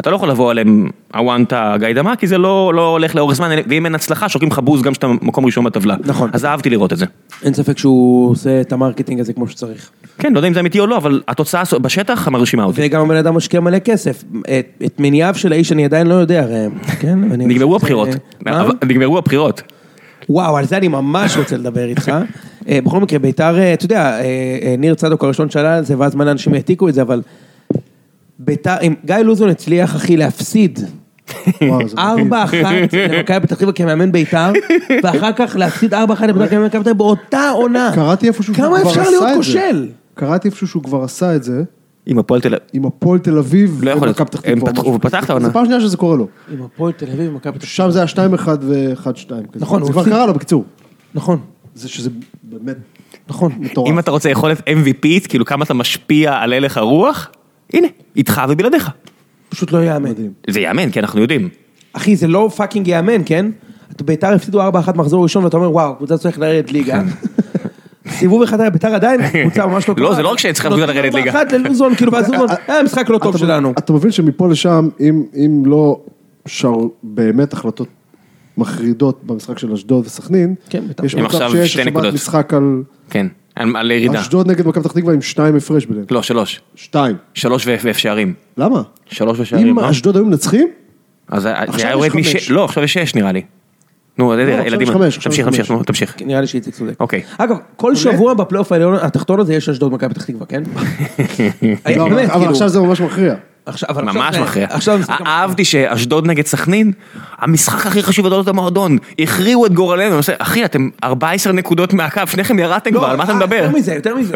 Speaker 1: אתה לא יכול לבוא עליהם הוואנטה גיידמה, כי זה לא, לא הולך לאורך זמן, ואם אין הצלחה, שורקים לך בוז גם כשאתה מקום ראשון בטבלה.
Speaker 2: נכון.
Speaker 1: אז אהבתי לראות את זה.
Speaker 2: אין ספק שהוא עושה את המרקטינג הזה כמו שצריך.
Speaker 1: כן, לא יודע אם זה אמיתי או לא, אבל התוצאה בשטח מרשימה אותי.
Speaker 2: וגם הבן אדם משקיע מלא כסף. את, את מניעיו של האיש אני עדיין לא יודע, ראם. כן? ואני- אה?
Speaker 1: נגמרו
Speaker 2: זה-
Speaker 1: הבחירות.
Speaker 2: מה?
Speaker 1: אבל- נגמרו הבחירות.
Speaker 2: וואו, על זה אני ממש רוצה לדבר איתך. אה, בכל מקרה, ביתר, אה, אתה יודע, אה, אה, ניר צדוק הראשון שאלה על זה, ואז מלא אנשים העתיקו את זה, אבל... ביתר, אם גיא לוזון הצליח, אחי, להפסיד
Speaker 3: וואו, אה, זה מדהים.
Speaker 2: ארבע אחת למכבי פתח תקווה כמאמן בית"ר, ואחר כך להפסיד ארבע אחת למכבי פתח תקווה באותה עונה.
Speaker 3: קראתי איפשהו שהוא כבר
Speaker 2: כמה
Speaker 3: עשה את זה.
Speaker 2: אפשר להיות כושל?
Speaker 3: קראתי איפשהו שהוא כבר עשה את זה,
Speaker 1: עם הפועל תל אביב.
Speaker 3: עם הפועל תל אביב.
Speaker 1: לא יכול להיות.
Speaker 3: ומכבי פתח
Speaker 1: הם
Speaker 3: תקווה,
Speaker 1: פתחו-
Speaker 3: משהו
Speaker 1: הוא
Speaker 3: כזה.
Speaker 1: פתח את העונה.
Speaker 3: זה פעם שנייה שזה קורה לו.
Speaker 2: עם הפועל תל אביב ומכבי פתח
Speaker 3: שם זה היה 2-1 ו-1-2. כזה.
Speaker 2: נכון,
Speaker 3: זה
Speaker 2: הוא
Speaker 3: כבר
Speaker 2: הפסיד.
Speaker 3: קרה לו, בקיצור.
Speaker 2: נכון,
Speaker 3: זה שזה באמת
Speaker 2: נכון.
Speaker 3: מטורף.
Speaker 1: אם אתה רוצה יכולת MVPית, כאילו כמה אתה משפיע על הלך הרוח, הנה, איתך ובלעדיך.
Speaker 2: פשוט לא יאמן.
Speaker 3: מדהים.
Speaker 1: זה יאמן, כי אנחנו יודעים.
Speaker 2: אחי, זה לא פאקינג יאמן, כן? אתה- ביתר הפסידו 4-1 מחזור ראשון, ואתה אומר, וואו, קבוצה צריך לרדת ליגה. סיבוב אחד היה ביתר עדיין, קבוצה ממש לא
Speaker 1: כן. לא, זה לא רק שצריכה קבוצה לרדת ליגה.
Speaker 2: אחת ללוזון, כאילו, ואז לוזון, היה משחק לא טוב
Speaker 3: אתה-
Speaker 2: שלנו.
Speaker 3: אתה מבין שמפה לשם, אם- אם לא שר באמת החלטות מחרידות במשחק של אשדוד וסכנין,
Speaker 2: כן, בטח.
Speaker 3: יש
Speaker 1: הם
Speaker 3: מצב
Speaker 1: עכשיו
Speaker 3: שיש
Speaker 1: שתי
Speaker 3: השבת
Speaker 1: נקודות.
Speaker 3: משחק על
Speaker 1: כן, על על ירידה.
Speaker 3: אשדוד נגד מכבי פתח תקווה עם שתיים הפרש ביניהם.
Speaker 1: לא, שלוש.
Speaker 3: שתיים.
Speaker 1: שלוש ו- ואף שערים.
Speaker 3: למה?
Speaker 1: שלוש ושערים,
Speaker 3: אם
Speaker 1: לא?
Speaker 3: אשדוד היו מנצחים,
Speaker 1: אז זה
Speaker 3: עכשיו
Speaker 1: היה
Speaker 3: יש
Speaker 1: יורד
Speaker 3: חמש. לא,
Speaker 1: משש. לא, עכשיו יש שש נראה לי. נו,
Speaker 3: עכשיו
Speaker 1: ילדים,
Speaker 3: יש חמש, עכשיו
Speaker 1: תמשיך,
Speaker 3: יש
Speaker 1: תמשיך,
Speaker 3: חמש. כן,
Speaker 1: נו, תמשיך.
Speaker 2: כן, נראה לי שהיא צודק.
Speaker 1: אוקיי.
Speaker 2: אגב, כל שבוע בפלייאוף העליון התחתון הזה יש אשדוד מכבי פתח תקווה, כן?
Speaker 3: לא, אבל-
Speaker 2: באמת,
Speaker 3: אבל
Speaker 2: כאילו,
Speaker 3: עכשיו זה ממש מכריע.
Speaker 2: עכשיו- אבל עכשיו
Speaker 1: ממש
Speaker 2: זה-
Speaker 1: מכריע.
Speaker 2: עכשיו זה-
Speaker 1: אה, אהבתי שאשדוד נגד סכנין, המשחק הכי חשוב בתולדות המועדון, הכריעו את גורלנו, אני עושה, אחי אתם 14 נקודות מהקו, שניכם ירדתם
Speaker 3: לא,
Speaker 1: כבר, על מה אתה
Speaker 2: אה,
Speaker 1: מדבר?
Speaker 2: יותר מזה, יותר מזה.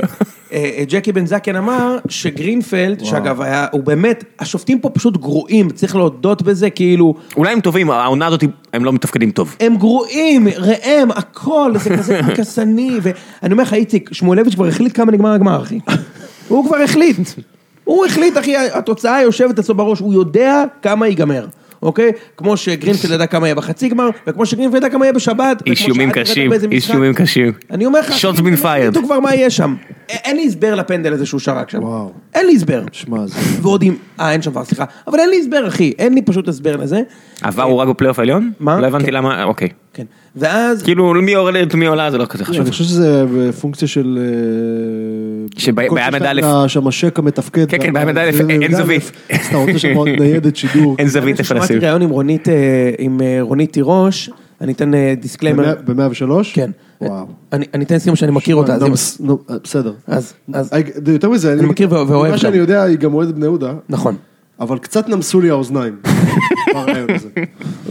Speaker 2: אה, אה, ג'קי בן זקן אמר שגרינפלד, שאגב, היה- הוא באמת, השופטים פה פשוט גרועים, צריך להודות בזה, כאילו,
Speaker 1: אולי הם טובים, העונה הזאת הם לא מתפקדים טוב.
Speaker 2: הם גרועים, ראם, הכל, זה כזה פקסני, ואני אומר לך, איציק, שמואלביץ' כבר החליט כמה נגמר הגמר, אחי. הוא כבר החליט. הוא החליט, אחי, התוצאה יושבת אצלו בראש, הוא יודע כמה ייגמר, אוקיי? כמו שגרינפלד ידע כמה יהיה בחצי גמר, וכמו שגרינפלד ידע כמה יהיה בשבת. וכמו
Speaker 1: אישומים
Speaker 2: שאלברט ידע
Speaker 1: קשים,
Speaker 2: באיזה משחק.
Speaker 1: אישומים קשים.
Speaker 2: אני אומר לך,
Speaker 1: Shots
Speaker 2: אחי,
Speaker 1: been
Speaker 2: הם החליטו
Speaker 1: fired.
Speaker 2: כבר מה יהיה שם. א- אין לי הסבר לפנדל הזה שהוא שרק שם.
Speaker 3: וואו.
Speaker 2: אין לי הסבר.
Speaker 3: שמע, זה...
Speaker 2: ועוד אם, אה, אין שם כבר, סליחה. אבל אין לי הסבר, אחי, אין לי פשוט הסבר לזה.
Speaker 1: עבר הוא רק בפלייאוף העליון?
Speaker 2: מה?
Speaker 1: לא הבנתי למה, אוקיי.
Speaker 2: כן. ואז...
Speaker 1: כאילו מי יורדת מי עולה זה לא כזה חשוב.
Speaker 3: אני חושב שזה פונקציה של... אה,
Speaker 1: שביעמד
Speaker 3: כל שיש להם
Speaker 1: א'.
Speaker 3: את ה- שהמשק המתפקד.
Speaker 1: כן, כן,
Speaker 3: וה-
Speaker 1: ביעמד א',
Speaker 3: זה-
Speaker 1: אין
Speaker 3: זה-
Speaker 1: זווית.
Speaker 3: אה, אז אתה רוצה שם עוד ניידת שידור.
Speaker 1: אין זווית
Speaker 2: שמעתי
Speaker 1: לפלסטינים.
Speaker 2: ראיון עם רונית, אה, עם אה, רונית תירוש, אני אתן אה, דיסקליימר.
Speaker 3: ב-103?
Speaker 2: כן.
Speaker 3: וואו. לא
Speaker 2: אני אני אתן סיום שאני מכיר אותה, אז אם-
Speaker 3: נמס- נו, אה, בסדר.
Speaker 2: אז, אז,
Speaker 3: אה, זה יותר מזה,
Speaker 2: אני מכיר ו- ואוהב
Speaker 3: מה
Speaker 2: גם.
Speaker 3: שאני יודע, היא גם אוהדת בני יהודה,
Speaker 2: נכון.
Speaker 3: אבל קצת נמסו לי האוזניים. ברעיון הזה.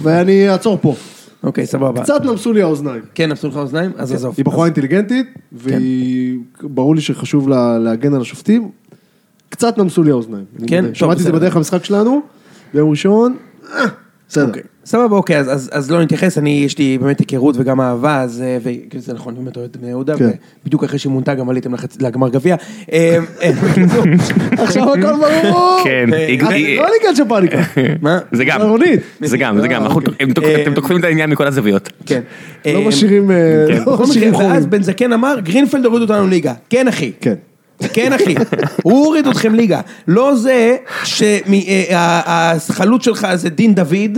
Speaker 3: ואני אעצור פה.
Speaker 2: אוקיי, סבבה.
Speaker 3: קצת נמסו לי האוזניים.
Speaker 2: כן, נפסו לך אוזניים? אז עזוב.
Speaker 3: היא בחורה אינטליגנטית,
Speaker 2: כן.
Speaker 3: והיא, ברור לי שחשוב לה, להגן על השופטים. קצת נמסו לי האוזניים. אני
Speaker 2: כן,
Speaker 3: מודה.
Speaker 2: טוב,
Speaker 3: שמעתי את זה
Speaker 2: בסדר.
Speaker 3: בדרך המשחק שלנו, ביום ראשון, אה, בסדר.
Speaker 2: אוקיי, סבבה, אוקיי, אז- אז אז לא נתייחס, אני, יש לי באמת היכרות וגם אהבה, אז אה, ו- כי זה נכון, אני באמת אוהד את בני יהודה,
Speaker 3: כן.
Speaker 2: ובדיוק אחרי שהיא מונתה גם עליתם לחצ- לגמר גביע. אה, אה, בקיצור,
Speaker 3: עכשיו הכל ברור.
Speaker 1: כן,
Speaker 2: אה,
Speaker 1: היא-
Speaker 3: אה,
Speaker 1: היא-
Speaker 3: לא ניגן של פאניקה.
Speaker 2: מה?
Speaker 1: זה גם,
Speaker 3: רונית.
Speaker 1: זה גם, זה גם,
Speaker 3: אה,
Speaker 1: אנחנו- הם תוק-
Speaker 2: אה,
Speaker 1: אתם תוקפים את העניין מכל הזוויות.
Speaker 2: כן.
Speaker 3: לא
Speaker 2: אה,
Speaker 3: משאירים, אה,
Speaker 1: כן.
Speaker 3: לא
Speaker 2: בכל
Speaker 3: משאירים
Speaker 2: מקרה, ואז
Speaker 3: חורים.
Speaker 2: בן זקן אמר, גרינפלד הוריד אותנו ליגה. כן, אחי.
Speaker 3: כן.
Speaker 2: כן אחי, הוא הוריד אתכם ליגה. לא זה שהחלוץ שלך זה דין דוד,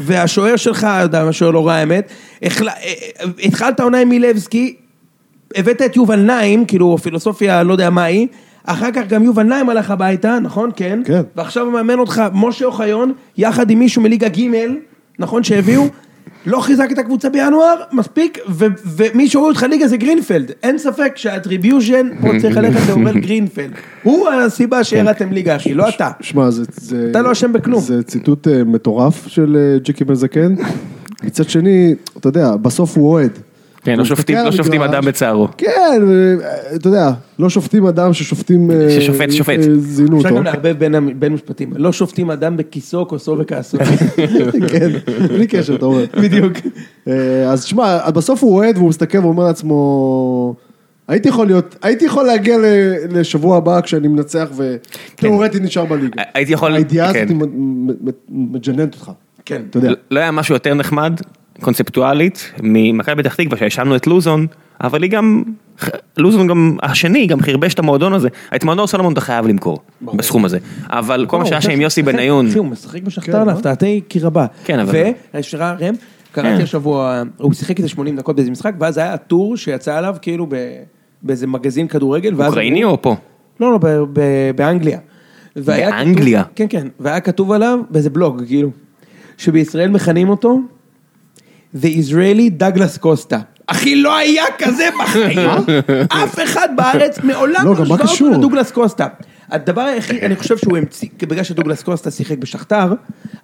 Speaker 2: והשוער שלך, אני יודע, השוער לא רע האמת, החל- אה, אה, התחלת עונה עם מילבסקי, הבאת את יובל נעים, כאילו פילוסופיה לא יודע מה היא, אחר כך גם יובל נעים הלך הביתה, נכון? כן.
Speaker 3: כן.
Speaker 2: ועכשיו הוא מאמן אותך משה אוחיון, יחד עם מישהו מליגה ג', נכון שהביאו? לא חיזק את הקבוצה בינואר, מספיק, ו- ומי שהוריד אותך ליגה זה גרינפלד. אין ספק שהאטריביושן פה צריך ללכת לאורל גרינפלד. הוא הסיבה שהרדתם ליגה, אחי, לא אתה.
Speaker 3: שמע, זה- זה...
Speaker 2: אתה לא אשם בכלום.
Speaker 3: זה ציטוט אה, מטורף של אה, ג'קי בן זקן. מצד שני, אתה יודע, בסוף הוא אוהד.
Speaker 1: כן, לא
Speaker 3: הוא
Speaker 1: שופטים-
Speaker 3: מסתכל
Speaker 1: לא
Speaker 3: על
Speaker 1: שופטים
Speaker 3: המגרש.
Speaker 1: אדם בצערו.
Speaker 3: כן, אה, אתה יודע, לא שופטים אדם ששופטים... אה,
Speaker 1: ששופט, שופט.
Speaker 3: אה, זינו
Speaker 2: אפשר
Speaker 3: אותו.
Speaker 2: גם לערבב בין המ- בין משפטים. לא שופטים אדם בכיסו, כוסו וכעסו.
Speaker 3: כן, בלי קשר, אתה אומר. בדיוק. אז שמע, בסוף הוא אוהד והוא מסתכל ואומר לעצמו, הייתי יכול להיות, הייתי יכול להגיע ל- לשבוע הבא כשאני מנצח ותיאורטית נשאר בליגה.
Speaker 1: כן. הייתי יכול-
Speaker 3: הידיעה
Speaker 1: כן.
Speaker 3: הזאת מ- מ- מ- מג'ננת אותך.
Speaker 2: כן.
Speaker 3: אתה יודע.
Speaker 1: לא היה משהו יותר נחמד, קונספטואלית, ממכבי פתח תקווה שהאשמנו את לוזון, אבל היא גם, לוזון גם השני, גם חרבש את המועדון הזה. את מועדון סולומון אתה חייב למכור, בסכום הזה. אבל כל מה שהיה שם עם יוסי בניון,
Speaker 2: אחי, הוא משחק בשכתר
Speaker 3: כן,
Speaker 2: להפתעתי כי רבה.
Speaker 1: כן, אבל- כן.
Speaker 2: והשאלה, ראם, קראתי השבוע, הוא שיחק איזה 80 דקות באיזה משחק, ואז היה הטור שיצא עליו כאילו ב- באיזה מגזין כדורגל, ואז...
Speaker 1: אוקראיני או פה?
Speaker 2: לא, לא, ב- ב- באנגליה. והיה כתוב-
Speaker 1: באנגליה?
Speaker 2: כן, כן, והיה כתוב עליו באיזה בלוג, כאילו, שבישראל מכנים אותו The Israeli Douglas קוסטה. אחי, לא היה כזה בחיים. אף אחד בארץ מעולם
Speaker 3: לא,
Speaker 2: לא
Speaker 3: גם מה
Speaker 2: השווה אותו
Speaker 3: קשור?
Speaker 2: לדוגלס קוסטה. הדבר היחיד, אני חושב שהוא המציא, כי בגלל שדוגלס קוסטה שיחק בשכתר,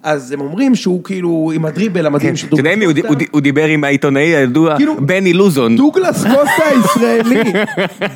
Speaker 2: אז הם אומרים שהוא כאילו עם הדריבל המדהים
Speaker 1: כן,
Speaker 2: של
Speaker 1: אתה יודע
Speaker 2: דוגלס
Speaker 1: מי, הוא ד- הוא
Speaker 2: קוסטה.
Speaker 1: ד- הוא דיבר עם העיתונאי הידוע,
Speaker 2: כאילו-
Speaker 1: בני לוזון.
Speaker 2: דוגלס קוסטה הישראלי,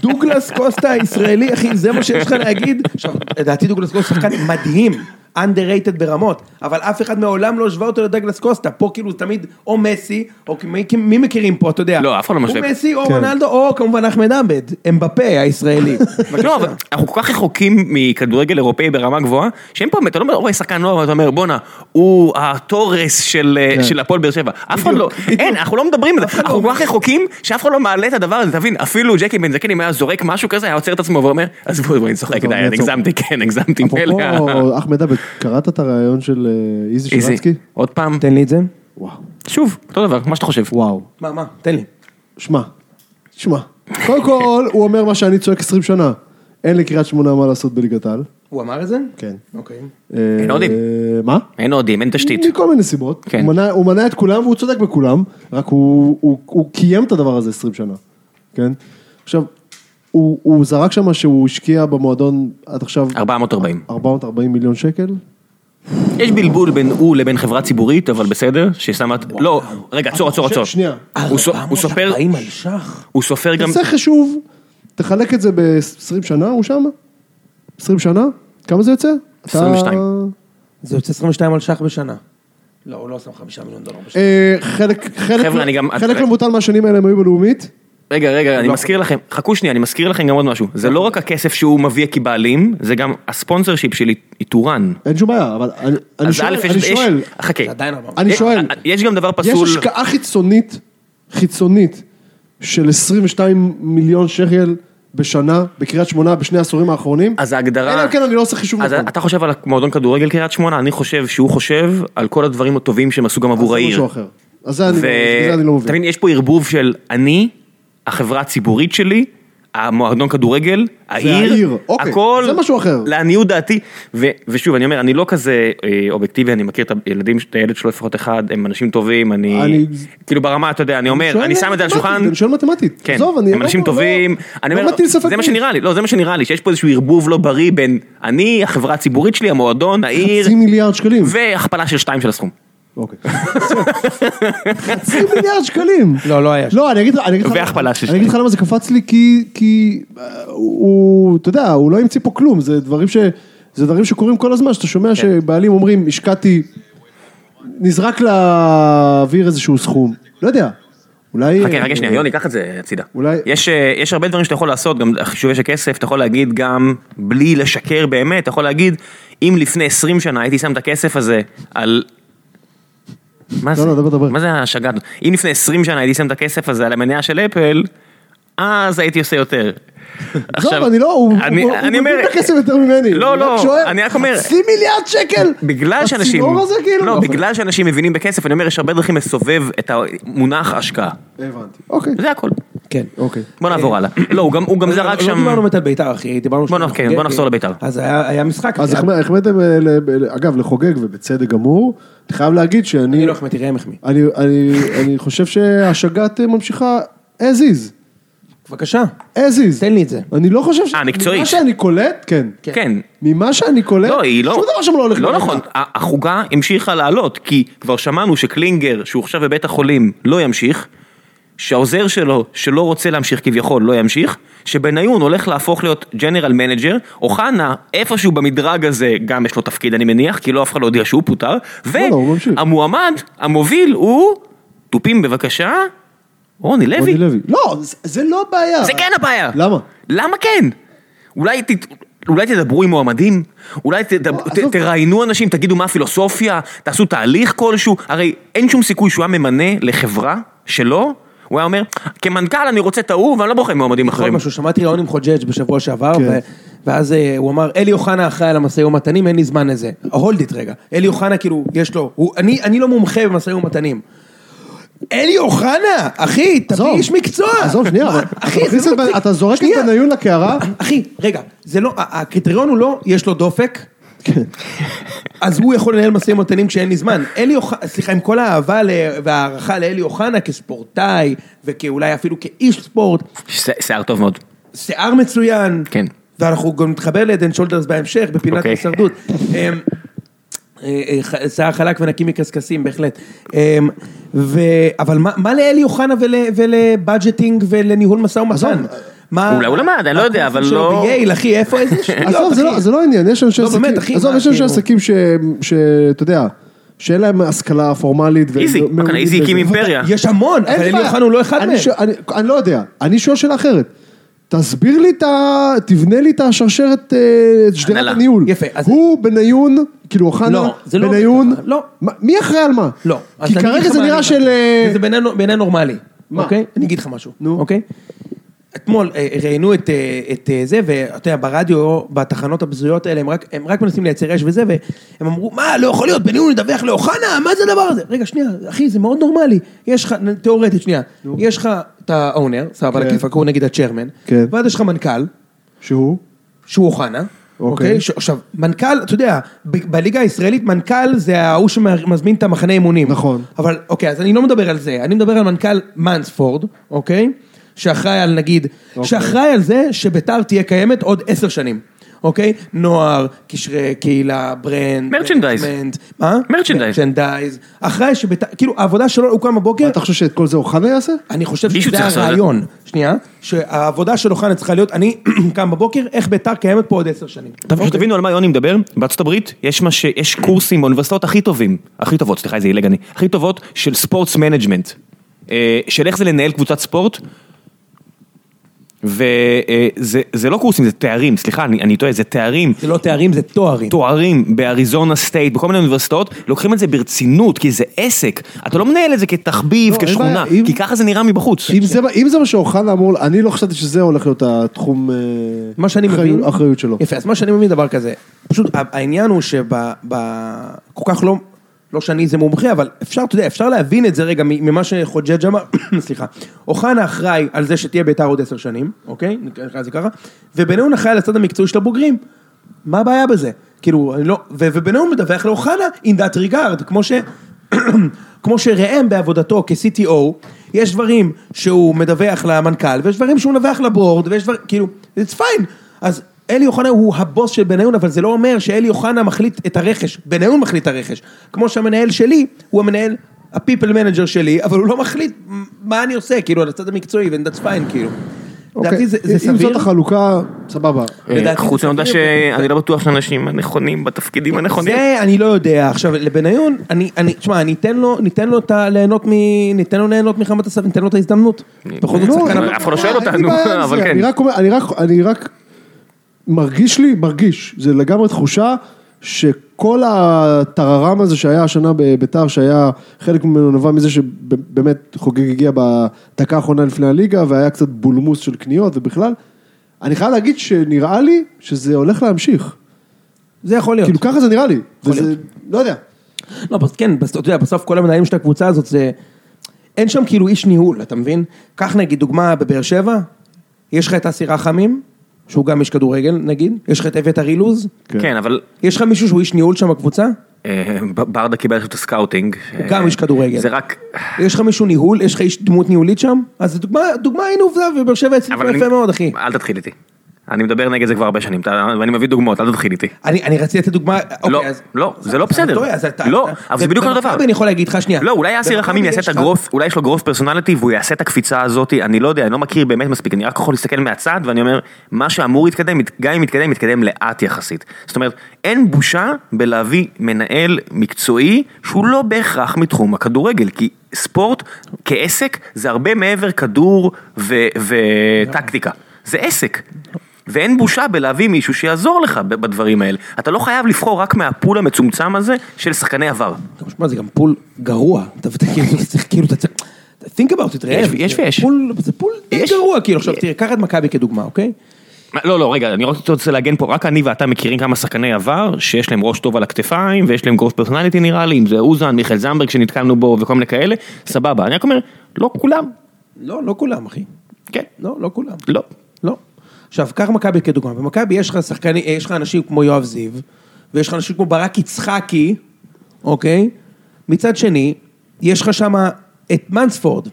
Speaker 2: דוגלס קוסטה הישראלי, אחי, זה מה שיש לך להגיד. עכשיו, לדעתי דוגלס קוסטה שחקן מדהים, underrated ברמות, אבל אף אחד מעולם לא השווה אותו לדוגלס קוסטה, פה כאילו תמיד או מסי, או כי- מי- מי מכירים פה, אתה יודע.
Speaker 1: לא, אף אחד לא משווה.
Speaker 2: או מסי, או
Speaker 3: כן.
Speaker 2: רונלדו, או כמובן אחמד עבד, אמבפה הישראלי.
Speaker 1: לא, אבל אנחנו כל כך רחוקים מכדורגל אירופאי ברמה גבוהה, שאין פה, אתה לא אומר, אוי, שחקן נוער, אבל אתה אומר, בואנה, הוא התורס של אה, של הפועל באר שבע. אף אחד לא, אין, אנחנו לא מדברים על זה, אנחנו כל כך רחוקים, שאף אחד לא מעלה את הדבר הזה, תבין, אפילו ג'קי בן זקן, אם היה זורק משהו כזה, היה עוצר את עצמו ואומר, עזבו, בואי, אני צוחק,
Speaker 3: עזוב,
Speaker 1: די,
Speaker 3: אני אעצור."
Speaker 1: הגזמתי, כן, הגזמתי, מילא.
Speaker 3: אפרופו אחמד עבד, קראת את הריאיון של אה, איזי
Speaker 1: איזי,
Speaker 3: שרצקי?
Speaker 1: עוד פעם,
Speaker 2: תן לי את זה.
Speaker 3: וואו.
Speaker 1: שוב, אותו דבר, מה שאתה חושב.
Speaker 3: וואו.
Speaker 2: מה, מה, תן לי.
Speaker 3: שמע, שמע. קודם כל, הוא אומר מה שאני צועק 20 שנה. אין לקריית שמונה מה לעשות בליגת העל.
Speaker 2: הוא אמר את זה?
Speaker 3: כן.
Speaker 2: אוקיי.
Speaker 3: אין
Speaker 1: אוהדים.
Speaker 3: מה?
Speaker 1: אין אוהדים, אין תשתית.
Speaker 3: מכל מיני סיבות.
Speaker 1: כן.
Speaker 3: הוא מנע- הוא מנע את כולם והוא צודק בכולם, רק הוא- הוא הוא קיים את הדבר הזה 20 שנה. כן? עכשיו, הוא הוא זרק שם שהוא השקיע במועדון עד עכשיו
Speaker 1: 440.
Speaker 3: 440 מיליון שקל.
Speaker 1: יש בלבול בין הוא לבין חברה ציבורית, אבל בסדר, ששמה... לא, רגע, עצור, עצור,
Speaker 3: ש-
Speaker 1: עצור.
Speaker 3: שנייה.
Speaker 1: הוא ס- הוא סופר...
Speaker 2: 440 על שח.
Speaker 1: הוא סופר גם...
Speaker 3: תעשה חישוב, תחלק את זה ב-20 שנה, הוא שם? 20 שנה? כמה זה יוצא? אתה-
Speaker 1: 22.
Speaker 2: זה יוצא 22 על שח בשנה. לא, הוא לא שם 5 מיליון דולר בשנה.
Speaker 3: אה, חלק, חלק,
Speaker 1: חבר'ה, אני גם-
Speaker 3: חלק לא מבוטל מהשנים האלה הם היו בלאומית.
Speaker 1: רגע, רגע,
Speaker 3: לא.
Speaker 1: אני מזכיר לכם, חכו שנייה, אני מזכיר לכם גם עוד משהו. זה לא רק הכסף שהוא מביא כבעלים, זה גם הספונסר שיפ של איתורן.
Speaker 3: אין שום בעיה, אבל אני,
Speaker 1: אז
Speaker 3: אני
Speaker 1: א',
Speaker 3: שואל,
Speaker 1: יש...
Speaker 3: אני
Speaker 1: יש-
Speaker 3: שואל,
Speaker 1: חכה. אה,
Speaker 2: זה עדיין 400.
Speaker 3: אני שואל,
Speaker 1: יש גם דבר
Speaker 3: יש
Speaker 1: פסול...
Speaker 3: השקעה חיצונית, חיצונית, של 22 מיליון שקל בשנה בקריית שמונה בשני העשורים האחרונים.
Speaker 1: אז ההגדרה...
Speaker 3: אלא אם כן אני לא עושה חישוב
Speaker 1: אז
Speaker 3: נכון.
Speaker 1: אתה חושב על מועדון כדורגל קריית שמונה, אני חושב שהוא חושב על כל הדברים הטובים שהם עשו גם עבור
Speaker 3: זה
Speaker 1: העיר.
Speaker 3: משהו אחר. אז זה אני, זה אני לא
Speaker 1: אתה
Speaker 3: מבין.
Speaker 1: מבין, יש פה ערבוב של אני, החברה הציבורית שלי, המועדון כדורגל, העיר,
Speaker 3: העיר, אוקיי,
Speaker 1: הכל,
Speaker 3: זה משהו אחר.
Speaker 1: לעניות דעתי, ו, ושוב, אני אומר, אני לא כזה אה, אובייקטיבי, אני מכיר את הילדים, את הילד שלו לפחות אחד, הם אנשים טובים, אני,
Speaker 3: אני-
Speaker 1: כאילו ברמה, אתה יודע, אני אומר,
Speaker 3: שואל
Speaker 1: אני שם את זה על
Speaker 3: מתמטית,
Speaker 1: השולחן.
Speaker 3: אני שואל מתמטית.
Speaker 1: כן,
Speaker 3: עזוב, אני
Speaker 1: הם
Speaker 3: לא-
Speaker 1: אנשים
Speaker 3: לא-
Speaker 1: טובים, אני
Speaker 3: לא
Speaker 1: אומר,
Speaker 3: מטיל ספק
Speaker 1: זה מה
Speaker 3: בזה.
Speaker 1: שנראה לי, לא, זה מה שנראה לי, שיש פה איזשהו ערבוב לא בריא בין אני, החברה הציבורית שלי, המועדון, העיר,
Speaker 3: חצי מיליארד שקלים.
Speaker 1: והכפלה של שתיים של הסכום.
Speaker 3: אוקיי. חצי מיליארד שקלים.
Speaker 2: לא, לא היה.
Speaker 3: לא, אני אגיד לך, אני אגיד לך,
Speaker 1: והכפלה של
Speaker 3: אני אגיד לך למה זה קפץ לי, כי, כי אה, הוא, אתה יודע, הוא לא המציא פה כלום,
Speaker 1: כן.
Speaker 3: זה דברים ש... זה דברים שקורים כל הזמן, שאתה שומע שבעלים אומרים, השקעתי נזרק לאוויר איזשהו סכום, לא יודע, אולי...
Speaker 1: חכה, רגע שנייה, יוני, קח את זה הצידה.
Speaker 3: אולי-
Speaker 1: יש, אה, יש הרבה דברים שאתה יכול לעשות, גם חישובי של כסף, אתה יכול להגיד גם, בלי לשקר באמת, אתה יכול להגיד, אם לפני 20 שנה הייתי שם את הכסף הזה על... מה זה?
Speaker 3: לא, דבר, דבר.
Speaker 1: מה זה ההשגה? הזאת? אם לפני 20 שנה הייתי שם את הכסף הזה על המניה של אפל, אז הייתי עושה יותר.
Speaker 3: עזוב, אני לא, הוא
Speaker 1: אני-
Speaker 3: הוא- הוא
Speaker 1: אני
Speaker 3: מבין
Speaker 1: אומר-
Speaker 3: את הכסף יותר ממני.
Speaker 1: לא,
Speaker 3: הוא רק
Speaker 1: לא,
Speaker 3: שואל,
Speaker 1: אני רק אומר-
Speaker 3: חצי מיליארד שקל?
Speaker 1: בגלל שאנשים,
Speaker 3: הצינור הזה כאילו?
Speaker 1: לא, בגלל שאנשים מבינים בכסף, אני אומר, יש הרבה דרכים לסובב את המונח השקעה.
Speaker 3: הבנתי, אוקיי,
Speaker 1: זה הכל.
Speaker 2: כן.
Speaker 3: אוקיי.
Speaker 1: בוא נעבור הלאה. לא, הוא גם- הוא גם זרק
Speaker 2: לא
Speaker 1: שם...
Speaker 2: דיברנו באמת על ביתר, אחי, דיברנו...
Speaker 1: בוא נ-
Speaker 2: שאנחנו
Speaker 1: כן,
Speaker 2: חוגגים.
Speaker 1: בוא נחזור לביתר.
Speaker 2: אז היה היה משחק.
Speaker 3: אז
Speaker 2: היה-
Speaker 3: החמא- החמאתם, אה, ל- ל- אגב, לחוגג, ובצדק גמור, אני חייב להגיד שאני
Speaker 2: אני לא החמאתי, ראם החמיא.
Speaker 3: אני- אני- אני חושב שהשגת אה, ממשיכה as is,
Speaker 2: בבקשה,
Speaker 3: as is.
Speaker 2: תן לי את זה.
Speaker 3: אני לא חושב ש...
Speaker 1: אה, מקצועית.
Speaker 3: ממה שאני קולט, כן.
Speaker 1: כן.
Speaker 3: ממה שאני קולט,
Speaker 1: לא, היא לא...
Speaker 3: שום דבר שם לא הולך.
Speaker 1: לא
Speaker 3: לרדת.
Speaker 1: נכון, ה- החוגה המשיכה לעלות, כי כבר שמענו שקלינגר, שהוא עכשיו בבית החולים, לא ימשיך, שהעוזר שלו, שלא רוצה להמשיך כביכול, לא ימשיך, שבניון הולך להפוך להיות ג'נרל מנג'ר, אוחנה, איפשהו במדרג הזה, גם יש לו תפקיד אני מניח, כי לא אף אחד לא הודיע שהוא פוטר,
Speaker 3: לא, הוא ממשיך.
Speaker 1: והמועמד, המוביל, הוא, תופים בבקשה, רוני לוי.
Speaker 3: רוני לוי. לא, זה- זה לא הבעיה.
Speaker 1: זה כן הבעיה.
Speaker 3: למה?
Speaker 1: למה כן? אולי, ת, אולי תדברו עם מועמדים? אולי תדבר,
Speaker 3: לא,
Speaker 1: ת,
Speaker 3: עזוב.
Speaker 1: תראיינו אנשים, תגידו מה הפילוסופיה, תעשו תהליך כלשהו? הרי אין שום סיכוי שהוא היה ממנה לחברה שלו, הוא היה אומר, כמנכ"ל אני רוצה את ההוא ואני לא בוחר עם מועמדים
Speaker 3: נכון,
Speaker 2: עוד
Speaker 1: אחרים.
Speaker 2: משהו, שמעתי ראיון עם חוג'ג' בשבוע שעבר,
Speaker 3: כן.
Speaker 2: ו- ואז אה, הוא אמר, אלי אוחנה אחראי על המשאים ומתנים, אין לי זמן לזה. הולד איט רגע. אלי אוחנה, כאילו, יש לו, הוא- אני אני לא מומחה במשאים ומתנים. אלי אוחנה, אחי, תביא
Speaker 3: עזוב.
Speaker 2: איש מקצוע.
Speaker 3: עזוב, שנייה, אבל אתה
Speaker 2: אחי,
Speaker 3: מכניס
Speaker 2: זה לא
Speaker 3: את בן-
Speaker 2: מצחיק.
Speaker 3: אתה זורק לי
Speaker 2: שנייה.
Speaker 3: את בניון לקערה,
Speaker 2: אחי, רגע, זה לא, ה- הקריטריון הוא לא, יש לו דופק. אז הוא יכול לנהל משאים ומתנים כשאין לי זמן. אלי אוחנה, סליחה, עם כל האהבה ל- וההערכה לאלי אוחנה כספורטאי, וכאולי אפילו כאיש ספורט,
Speaker 1: ש- שיער טוב מאוד.
Speaker 2: שיער מצוין.
Speaker 1: כן.
Speaker 2: ואנחנו גם נתחבר לידן שולדרס בהמשך, בפינת
Speaker 1: אוקיי.
Speaker 2: הישרדות. אמ, אה, אה, ח- שיער חלק ונקי מקשקשים, בהחלט. אמ, ו... אבל מה, מה לאלי אוחנה ול, ולבאג'טינג ולניהול משא ומתן?
Speaker 3: עזוב.
Speaker 2: מה...
Speaker 1: אולי הוא למד, אני לא יודע, אבל
Speaker 2: הקורסים
Speaker 1: לא-
Speaker 2: שלו בייל, אחי, איפה איזה שטויות,
Speaker 3: עזוב, זה
Speaker 2: אחי?
Speaker 3: לא- זה לא העניין, יש אנשי
Speaker 2: לא,
Speaker 3: עסקים,
Speaker 2: באמת, אחי,
Speaker 3: עזוב,
Speaker 2: מה,
Speaker 3: יש אנשי
Speaker 2: כאילו?
Speaker 3: עסקים שהם- שאתה יודע, שאין להם השכלה פורמלית. והם
Speaker 1: איזי,
Speaker 3: מעולים
Speaker 1: מה כאן, איזי
Speaker 3: בזה.
Speaker 1: הקים אימפריה.
Speaker 2: יש המון,
Speaker 3: אין
Speaker 2: אבל אלי
Speaker 3: בעיה.
Speaker 2: אוחנה הוא לא אחד
Speaker 3: אני
Speaker 2: מהם.
Speaker 3: שואל- אני- אני לא יודע, אני שואל שאלה אחרת. תסביר לי את ה... תבנה לי את השרשרת, אה, את שדרת
Speaker 1: הנהלה.
Speaker 3: הניהול.
Speaker 2: יפה, אז-
Speaker 3: הוא בניון, כאילו אוחנה,
Speaker 2: לא, זה לא-
Speaker 3: בניון,
Speaker 2: לא.
Speaker 3: מה- מי אחראי על מה?
Speaker 2: לא. אז
Speaker 3: כי
Speaker 2: אני אגיד
Speaker 3: כרגע
Speaker 2: לך
Speaker 3: זה
Speaker 2: מה
Speaker 3: נראה
Speaker 2: אני-
Speaker 3: של... אה,
Speaker 2: זה בעיני- בעיני נורמלי.
Speaker 3: מה?
Speaker 2: אוקיי? אני אגיד לך משהו.
Speaker 3: נו.
Speaker 2: אוקיי? אתמול אה, ראיינו את, אה, את אה, זה, ואתה יודע, ברדיו, בתחנות הבזויות האלה, הם רק, הם רק מנסים לייצר אש וזה, והם אמרו, מה, לא יכול להיות, בניון ידווח לאוחנה, מה זה הדבר הזה? רגע, שנייה, אחי, זה מאוד נורמלי. יש לך, תיאורטית, שנייה, יש לך את האונר, סבבה,
Speaker 3: כן.
Speaker 2: לכיפה, קוראים נגיד הצ'רמן,
Speaker 3: כן.
Speaker 2: ואז יש לך מנכ"ל,
Speaker 3: שהוא?
Speaker 2: שהוא אוחנה.
Speaker 3: אוקיי.
Speaker 2: אוקיי? ש- עכשיו, מנכ"ל, אתה יודע, ב- בליגה הישראלית מנכ"ל זה ההוא שמזמין את המחנה אימונים.
Speaker 3: נכון.
Speaker 2: אבל, אוקיי, אז אני לא מדבר על זה, אני מדבר על מנכ"ל מנספורד, אוקיי? שאחראי על, נגיד,
Speaker 3: אוקיי.
Speaker 2: שאחראי על זה שביתר תהיה קיימת עוד עשר שנים, אוקיי? נוער, קשרי קהילה, ברנד.
Speaker 1: מרצ'נדייז.
Speaker 2: מנג'מנט, מה?
Speaker 1: מרצ'נדייז.
Speaker 2: מרצ'נדייז. אחראי שביתר, כאילו, העבודה שלו, הוא קם בבוקר,
Speaker 3: אתה חושב שאת כל זה אוחנה יעשה?
Speaker 2: אני חושב
Speaker 1: מישהו
Speaker 2: שזה
Speaker 1: צריך לעשות את זה.
Speaker 2: הרעיון, שנייה, שהעבודה של אוחנה צריכה להיות, אני קם בבוקר, איך ביתר קיימת פה עוד עשר שנים. אוקיי?
Speaker 1: אתה
Speaker 3: נכון.
Speaker 1: פשוט תבינו על מה יוני מדבר, בארצות הברית יש, מה ש... יש קורסים באוניברסיטאות הכי טובים, הכי טובות, סליחה איזה עילג אני, הכי טובות של ספורטס מנג'מנט, אה, של איך זה לנהל קבוצת ספורט, וזה זה לא קורסים, זה תארים, סליחה, אני, אני טועה, זה תארים,
Speaker 2: זה לא תארים, זה תוארים.
Speaker 1: תוארים באריזונה סטייט, בכל מיני אוניברסיטאות, לוקחים את זה ברצינות, כי זה עסק, אתה לא מנהל את זה כתחביב,
Speaker 3: לא, אין
Speaker 1: כשכונה,
Speaker 3: בעיה, אם-
Speaker 1: כי ככה זה נראה מבחוץ.
Speaker 3: אם זה, מה- אם זה מה שאוחנה אמור, אני לא חשבתי שזה הולך להיות התחום, אה,
Speaker 2: מה שאני
Speaker 3: אחריות-
Speaker 2: מבין,
Speaker 3: אחריות שלו.
Speaker 2: יפה, אז מה שאני מבין דבר כזה, פשוט ה- העניין הוא שב... ב- כל כך לא, לא שאני איזה מומחה, אבל אפשר, אתה יודע, אפשר להבין את זה רגע מ- ממה שחוג'ג' אמר, סליחה, אוחנה אחראי על זה שתהיה ביתר עוד עשר שנים, אוקיי? נקרא לזה ככה, ובניון אחראי על הצד המקצועי של הבוגרים. מה הבעיה בזה? כאילו, אני לא... ו- ובניון מדווח לאוחנה in that regard, כמו ש... כמו שראם בעבודתו כ-CTO, יש דברים שהוא מדווח למנכ"ל, ויש דברים שהוא מדווח לבורד, ויש דברים, כאילו, it's fine. אז אלי אוחנה הוא הבוס של בניון, אבל זה לא אומר שאלי אוחנה מחליט את הרכש, בניון מחליט את הרכש. כמו שהמנהל שלי, הוא המנהל, ה-people manager שלי, אבל הוא לא מחליט מה אני עושה, כאילו, על הצד המקצועי, ו- and that's fine, כאילו. לדעתי זה זה
Speaker 3: אוקיי. אם זאת
Speaker 2: סביר.
Speaker 3: החלוקה, סבבה.
Speaker 2: לדעתי
Speaker 1: אה, חוץ
Speaker 2: זה
Speaker 1: מהעובדה
Speaker 2: סביר.
Speaker 1: שאני לא בטוח שאנשים הנכונים בתפקידים הנכונים.
Speaker 2: זה אני לא יודע. עכשיו, לבניון, אני, אני, תשמע, ניתן לו, ניתן לו את ה... ליהנות מ... ניתן לו ליהנות מחמת הסף, ניתן לו את ההזדמנות. בכל זאת
Speaker 1: לא,
Speaker 2: שחקן...
Speaker 1: אבל אף אחד לא שואל
Speaker 3: אין לי
Speaker 1: אותנו,
Speaker 3: בעיה עם
Speaker 1: אבל
Speaker 3: זה,
Speaker 1: כן.
Speaker 3: אני רק אומר, אני רק, אני רק מרגיש לי, מרגיש, זה לגמרי תחושה שכל הטררם הזה שהיה השנה בביתר, שהיה חלק ממנו נבע מזה שבאמת חוגג הגיע בדקה האחרונה לפני הליגה, והיה קצת בולמוס של קניות ובכלל, אני חייב להגיד שנראה לי שזה הולך להמשיך.
Speaker 2: זה יכול להיות.
Speaker 3: כאילו ככה זה נראה לי,
Speaker 2: יכול
Speaker 3: וזה,
Speaker 2: להיות.
Speaker 3: לא יודע.
Speaker 2: לא, בס- כן, בס- אתה יודע, בסוף כל המנהלים של הקבוצה הזאת זה... אין שם כאילו איש ניהול, אתה מבין? קח נגיד דוגמה בבאר שבע, יש לך את אסי רחמים, שהוא גם איש כדורגל נגיד, יש לך את אביתר אילוז,
Speaker 1: כן, אבל
Speaker 2: יש לך מישהו שהוא איש ניהול שם בקבוצה?
Speaker 1: אה, ב- ברדה קיבל עכשיו את הסקאוטינג. אה,
Speaker 2: הוא גם איש כדורגל.
Speaker 1: זה רק...
Speaker 2: יש לך מישהו ניהול, יש לך איש דמות ניהולית שם? אז דוגמה, דוגמה הנה עובדה, ובאר שבע הצליחה
Speaker 1: אבל אני-
Speaker 2: יפה מאוד, אחי.
Speaker 1: אל תתחיל איתי. אני מדבר נגד זה כבר הרבה שנים, אתה- ואני מביא דוגמאות, אל תתחיל איתי.
Speaker 2: אני, אני רציתי לתת דוגמה,
Speaker 1: לא,
Speaker 2: אוקיי, אז...
Speaker 1: לא, זה לא
Speaker 2: אז אתה
Speaker 1: בסדר.
Speaker 2: טועה, אז אתה-
Speaker 1: לא,
Speaker 2: אתה-
Speaker 1: אבל זה בדיוק אותו דבר.
Speaker 2: במכבי אני יכול להגיד לך שנייה.
Speaker 1: לא, אולי אסי רחמים
Speaker 2: במכבי
Speaker 1: יעשה את
Speaker 2: יש לך-
Speaker 1: הגרוף, אולי יש לו גרוף פרסונליטי והוא יעשה את הקפיצה הזאת, אני לא יודע, אני לא מכיר באמת מספיק, אני רק יכול להסתכל מהצד ואני אומר, מה שאמור להתקדם, מת- גם אם מתקדם, מתקדם לאט יחסית. זאת אומרת, אין בושה בלהביא מנהל מקצועי שהוא לא בהכרח מתחום הכדורגל, כי ספורט כעסק זה הרבה מעבר כדור ו- וטקטיקה, זה עסק. ואין בושה בלהביא מישהו שיעזור לך ב- בדברים האלה. אתה לא חייב לבחור רק מהפול המצומצם הזה של שחקני עבר.
Speaker 2: גם שמע, זה גם פול גרוע, אתה אתה- כאילו, אתה צריך, כאילו, אתה צריך, think about it, ראם,
Speaker 1: יש
Speaker 2: זה
Speaker 1: ויש.
Speaker 2: פול, זה פול די
Speaker 1: יש.
Speaker 2: גרוע, כאילו, עכשיו תראה, קח את מכבי כדוגמה, אוקיי?
Speaker 1: מה, לא, לא, רגע, אני רק רוצה להגן פה, רק אני ואתה מכירים כמה שחקני עבר, שיש להם ראש טוב על הכתפיים, ויש להם גרוף פרסונליטי נראה לי, אם זה אוזן, מיכאל זנברג שנתקלנו בו, וכל מיני כאלה, סבבה. אני רק אומר, לא כולם,
Speaker 2: לא, לא כולם, אחי.
Speaker 1: כן,
Speaker 2: לא, לא כולם.
Speaker 1: לא.
Speaker 2: לא. עכשיו, קח מכבי כדוגמה. במכבי יש לך שחקני, יש לך אנשים כמו יואב זיו, ויש לך אנשים כמו ברק יצחקי, אוקיי? מצד שני, יש לך שם את מנספורד,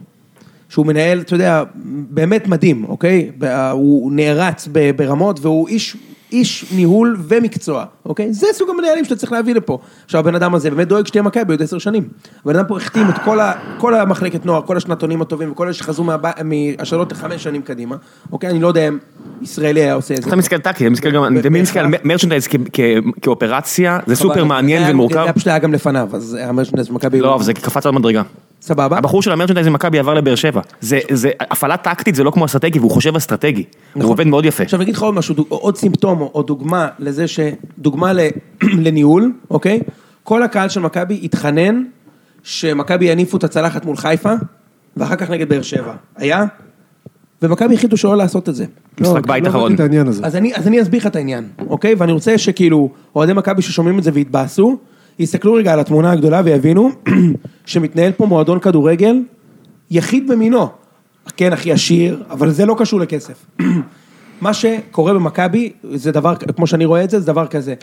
Speaker 2: שהוא מנהל, אתה יודע, באמת מדהים, אוקיי? ב- הוא נערץ ב- ברמות, והוא איש, איש ניהול ומקצוע, אוקיי? זה סוג המנהלים שאתה צריך להביא לפה. עכשיו, הבן אדם הזה באמת דואג שתהיה מכבי עוד עשר שנים. הבן אדם פה החתים את כל, ה, כל המחלקת נוער, כל השנתונים הטובים, וכל אלה שחזרו מהב- מהשאלות לחמש שנים קדימה, אוקיי? אני לא יודע אם ישראלי היה עושה את זה.
Speaker 1: אתה מסתכל על טאקי, אתה מסתכל גם, אני תמיד מסתכל על מ- מרצ'נדייז כ- כ- כאופרציה, זה סופר
Speaker 2: אבל זה
Speaker 1: מעניין
Speaker 2: היה-
Speaker 1: ומורכב.
Speaker 2: זה פשוט היה גם לפניו, אז המרשנדס מכבי...
Speaker 1: לא, אבל זה קפץ עוד מדרגה.
Speaker 2: סבבה?
Speaker 1: הבחור של המרצ'נדייז ממכבי עבר לבאר שבע. זה, זה, הפעלה טקטית זה לא כמו אסטרטגי, והוא חושב אסטרטגי. הוא עובד מאוד יפה.
Speaker 2: נכון. עכשיו אני אגיד לך עוד משהו, דוג- עוד סימפטום או- או דוגמה לזה ש... דוגמה ל- לניהול, אוקיי? כל הקהל של מכבי התחנן שמכבי יניפו את הצלחת מול חיפה, ואחר כך נגד באר שבע. היה? ומכבי החליטו שלא לעשות את זה.
Speaker 1: משחק
Speaker 3: לא,
Speaker 1: בית
Speaker 3: לא
Speaker 1: אחרון.
Speaker 3: ראיתי את העניין הזה.
Speaker 2: אז אני, אז אני אסביר לך את העניין, אוקיי? ואני רוצה שכאילו, אוהדי מכבי ששומעים את זה והתבאסו, יסתכלו רגע על התמונה הגדולה ויבינו שמתנהל פה מועדון כדורגל יחיד במינו. כן, הכי עשיר, אבל זה לא קשור לכסף. מה שקורה במכבי, זה דבר, כמו שאני רואה את זה, זה דבר כזה.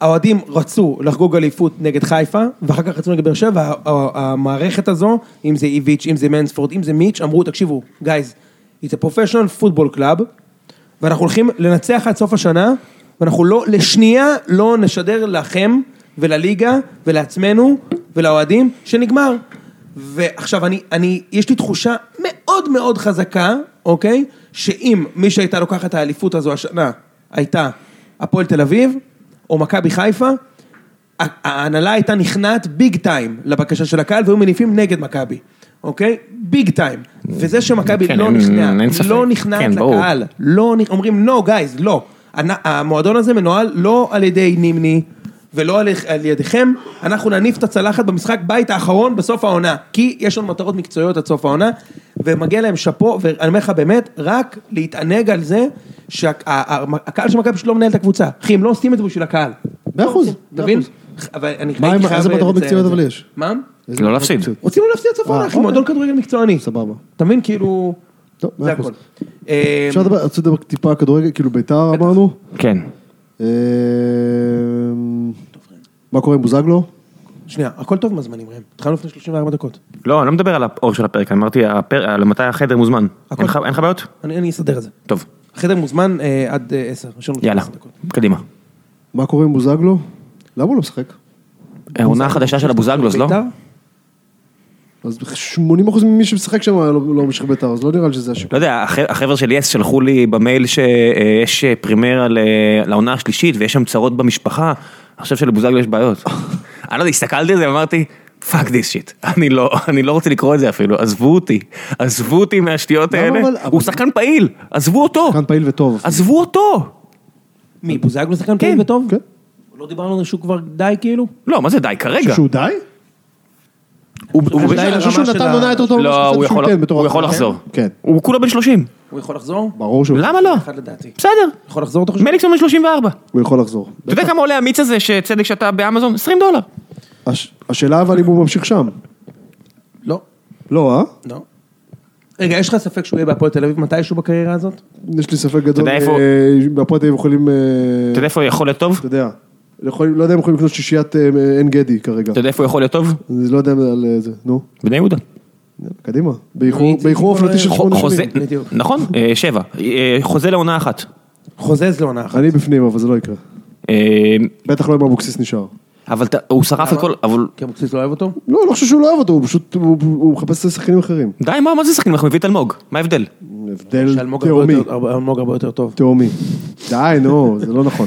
Speaker 2: האוהדים רצו לחגוג אליפות נגד חיפה, ואחר כך רצו נגד באר שבע, וה- ה- המערכת הזו, אם זה איביץ', אם זה מנספורד, אם זה מיץ', אמרו, תקשיבו, גייז, it's a professional football club, ואנחנו הולכים לנצח עד סוף השנה, ואנחנו לא, לשנייה לא נשדר לכם ולליגה ולעצמנו ולאוהדים, שנגמר. ועכשיו אני, אני, יש לי תחושה מאוד מאוד חזקה, אוקיי? שאם מי שהייתה לוקחת את האליפות הזו השנה, הייתה הפועל תל אביב, או מכבי חיפה, ה- ההנהלה הייתה נכנעת ביג טיים לבקשה של הקהל והיו מניפים נגד מכבי, אוקיי? ביג טיים. וזה שמכבי
Speaker 1: כן,
Speaker 2: לא
Speaker 1: אין-
Speaker 2: נכנעה,
Speaker 1: אין ספק.
Speaker 2: לא נכנעת
Speaker 1: כן, ברור.
Speaker 2: לקהל, לא, נ- אומרים לא גייז, לא. הנ- המועדון הזה מנוהל לא על ידי נימני ולא על, על ידיכם, אנחנו נניף את הצלחת במשחק בית האחרון בסוף העונה, כי יש לנו מטרות מקצועיות עד סוף העונה, ומגיע להם שאפו, ואני אומר לך באמת, רק להתענג על זה שהקהל של מכבי פשוט לא מנהל את הקבוצה. אחי, הם לא עושים את זה בשביל הקהל.
Speaker 3: מאה אחוז,
Speaker 2: אתה מבין?
Speaker 3: מאה אחוז.
Speaker 2: אבל אני
Speaker 3: מה
Speaker 2: הייתי
Speaker 3: עם-
Speaker 2: חייב
Speaker 3: איזה מטרות
Speaker 2: לציין את
Speaker 3: מקצועיות
Speaker 2: זה.
Speaker 3: אבל יש?
Speaker 2: מה?
Speaker 1: לא להפסיד.
Speaker 2: רוצים לא להפסיד את סוף
Speaker 3: אה,
Speaker 2: העונה, אחי,
Speaker 3: אוקיי.
Speaker 2: מועדון כדורגל מקצועני.
Speaker 3: סבבה.
Speaker 2: אתה מבין? כאילו...
Speaker 3: טוב, מאה
Speaker 2: זה
Speaker 3: אחוז.
Speaker 2: הכל. אה,
Speaker 3: אפשר לדבר, רצו לדבר טיפה על כדורגל, כאילו ביתר אמרנו.
Speaker 1: כן.
Speaker 3: אה, אמ- מה קורה עם בוזגלו?
Speaker 2: שנייה, הכל טוב עם הזמנים, ראם. התחלנו לפני 34 דקות.
Speaker 1: לא, אני לא מדבר על האור של הפרק, אני אמרתי, הפר- על מתי החדר מוזמן.
Speaker 2: הכל.
Speaker 1: אין לך- אין לך בעיות?
Speaker 2: אני אני אסדר את זה.
Speaker 1: טוב,
Speaker 2: החדר מוזמן אה, עד אה, 10. יש לנו
Speaker 1: יאללה,
Speaker 2: 10 דקות.
Speaker 1: קדימה.
Speaker 3: מה קורה עם בוזגלו? למה הוא לא משחק?
Speaker 1: לא? העונה החדשה של אבוזגלוס, לא?
Speaker 2: בית"ר?
Speaker 3: אז 80% ממי שמשחק שם לא לא משחק בית"ר, אז לא נראה לי שזה השיקול.
Speaker 1: לא יודע, הח- החבר'ה של יס שלחו לי במייל שיש פרימרה ל- לעונה השלישית ויש שם צרות במשפחה, אני חושב שלבוזגלו יש בעיות. אני לא יודע, הסתכלתי על זה ואמרתי, פאק דיס שיט, אני לא, אני לא רוצה לקרוא את זה אפילו, עזבו אותי, עזבו אותי מהשטויות
Speaker 3: למה
Speaker 1: האלה,
Speaker 3: אבל-
Speaker 1: הוא שחקן פעיל, עזבו אותו,
Speaker 3: שחקן פעיל וטוב.
Speaker 1: עזבו אותו.
Speaker 2: מי, בוזגלו שחקן פעיל וטוב?
Speaker 3: כן.
Speaker 2: לא דיברנו על שהוא כבר די כאילו?
Speaker 1: לא, מה זה די כרגע?
Speaker 3: שהוא לא די?
Speaker 1: הוא- הוא-
Speaker 2: שהוא
Speaker 3: אני חושב- אני חושב
Speaker 2: לרמה
Speaker 3: שהוא
Speaker 2: של
Speaker 3: נתן
Speaker 2: ה-
Speaker 3: עונה יותר טובה ממה
Speaker 1: לא,
Speaker 3: שחשבתי
Speaker 1: הוא
Speaker 3: שהוא
Speaker 1: יכול-
Speaker 3: ייתן בתור
Speaker 1: הוא יכול
Speaker 3: התחלה.
Speaker 1: לחזור.
Speaker 3: כן,
Speaker 1: הוא כולה בן 30,
Speaker 2: הוא יכול לחזור?
Speaker 3: ברור שהוא
Speaker 1: למה לא?
Speaker 2: אחד לדעתי.
Speaker 1: בסדר,
Speaker 2: יכול לחזור אתה חושב?
Speaker 1: מליקסון בן 34.
Speaker 3: הוא יכול לחזור.
Speaker 1: אתה יודע כמה עולה המיץ הזה שצדק שאתה באמזון? 20 דולר.
Speaker 3: הש- השאלה אבל אם הוא ממשיך שם.
Speaker 2: לא.
Speaker 3: לא, אה?
Speaker 2: לא. רגע, יש לך ספק שהוא יהיה בהפועל תל אביב מתישהו בקריירה הזאת?
Speaker 3: יש לי ספק גדול,
Speaker 1: יודע איפה-
Speaker 3: אה, בהפועל תל אביב יכולים, אה,
Speaker 1: אתה יודע איפה הוא יכול להיות טוב?
Speaker 3: אתה יודע, יכולים- לא יודע אם יכולים לקנות שישיית אה, עין גדי כרגע,
Speaker 1: אתה יודע איפה הוא יכול להיות טוב?
Speaker 3: אני לא יודע על אה, זה, נו,
Speaker 1: בני יהודה.
Speaker 3: קדימה, באיחור
Speaker 2: הייתי-
Speaker 3: באיחור אופנתי של
Speaker 2: ח-
Speaker 3: שמונה
Speaker 1: חוזה,
Speaker 3: שנים,
Speaker 2: בדיוק.
Speaker 1: נכון, אה, שבע, אה, חוזה לעונה אחת.
Speaker 2: חוזז לעונה אחת.
Speaker 3: אני בפנים אבל זה לא יקרה,
Speaker 1: אה,
Speaker 3: בטח לא אם אבוקסיס נשאר,
Speaker 1: אבל ת- הוא
Speaker 3: אה,
Speaker 1: שרף את כל, אבל
Speaker 2: כי אבוקסיס לא אוהב אותו?
Speaker 3: לא, אני לא חושב שהוא לא אוהב אותו, הוא פשוט, הוא- הוא מחפש שחקנים אחרים,
Speaker 1: די, מה מה זה שחקנים? אנחנו מביא את אלמוג, מה ההבדל?
Speaker 3: הבדל
Speaker 2: שאלמוג הרבה
Speaker 3: תהומי,
Speaker 2: יותר- הרבה- אלמוג הרבה יותר טוב.
Speaker 3: תהומי, די נו, זה לא נכון,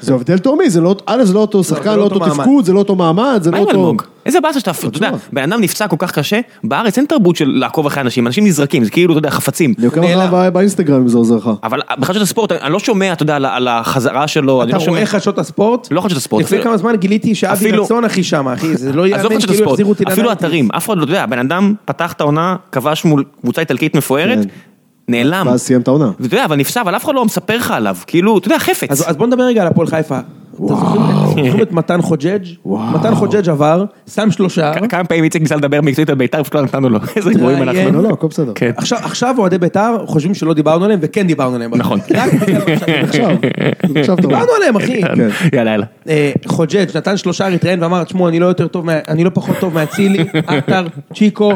Speaker 3: זה הבדל תהומי, זה לא, א' זה לא אותו
Speaker 2: זה
Speaker 3: שחקן,
Speaker 2: לא
Speaker 3: לא
Speaker 2: אותו
Speaker 3: אותו
Speaker 2: מעמד.
Speaker 3: תפקוד, זה לא אותו מעמד, זה
Speaker 1: מה
Speaker 3: לא
Speaker 1: עם
Speaker 3: אותו,
Speaker 1: אלמוג? איזה באסה שאתה, אתה יודע,
Speaker 3: בטוח.
Speaker 1: בן אדם נפצע כל כך קשה, בארץ אין תרבות של לעקוב אחרי אנשים, אנשים נזרקים, זה כאילו, אתה יודע, חפצים.
Speaker 3: אני עוקב אחריו בא- באינסטגרם אם זה עוזר לך,
Speaker 1: אבל בחדשות הספורט, אני לא שומע, אתה יודע, על ה- על החזרה שלו, אני
Speaker 2: אתה
Speaker 1: לא שומע.
Speaker 2: רואה חדשות הספורט?
Speaker 1: לא חדשות הספורט,
Speaker 2: לפני
Speaker 1: אפילו-
Speaker 2: כמה זמן גיליתי שאבי
Speaker 1: אפילו-
Speaker 2: רצון אחי שם, אחי, זה לא
Speaker 1: עזוב
Speaker 2: יאמן,
Speaker 1: חדשות
Speaker 2: כאילו
Speaker 1: הספורט,
Speaker 2: החזירו אותי
Speaker 1: אפילו
Speaker 2: לניינטיז.
Speaker 1: אתרים, אף אחד לא יודע, הבן אדם פתח את העונה, כבש מול קבוצה איטלקית מפוארת,
Speaker 3: כן.
Speaker 1: נעלם.
Speaker 3: ואז סיים את העונה.
Speaker 1: ואתה יודע, אבל נפצע, אבל אף אחד לא מספר לך עליו, כאילו, אתה יודע, חפץ.
Speaker 2: אז, אז בוא נדבר רגע על הפועל חיפה. אתם זוכרים- אתם זוכרים את מתן חוג'ג'? מתן חוג'ג' עבר, שם שלושה.
Speaker 1: כ- כמה פעמים איציק ניסה לדבר מקצועית על בית"ר, פשוט לא נתנו לו, איזה גרועים
Speaker 2: תראיין.
Speaker 1: אנחנו.
Speaker 3: לא, לא, הכל בסדר.
Speaker 1: כן.
Speaker 2: עכשיו, עכשיו אוהדי בית"ר חושבים שלא דיברנו עליהם, וכן דיברנו עליהם.
Speaker 1: נכון.
Speaker 2: רק בגלל מה שאני חושב.
Speaker 3: עכשיו, עכשיו אתה אומר.
Speaker 2: דיברנו עליהם, אחי.
Speaker 1: כן. יאללה, יאללה.
Speaker 2: אה, חוג'ג' נתן שלושה, התראיין ואמר, תשמעו, אני לא יותר טוב, מה- אני לא פחות טוב מאצילי, עטר, צ'יקו.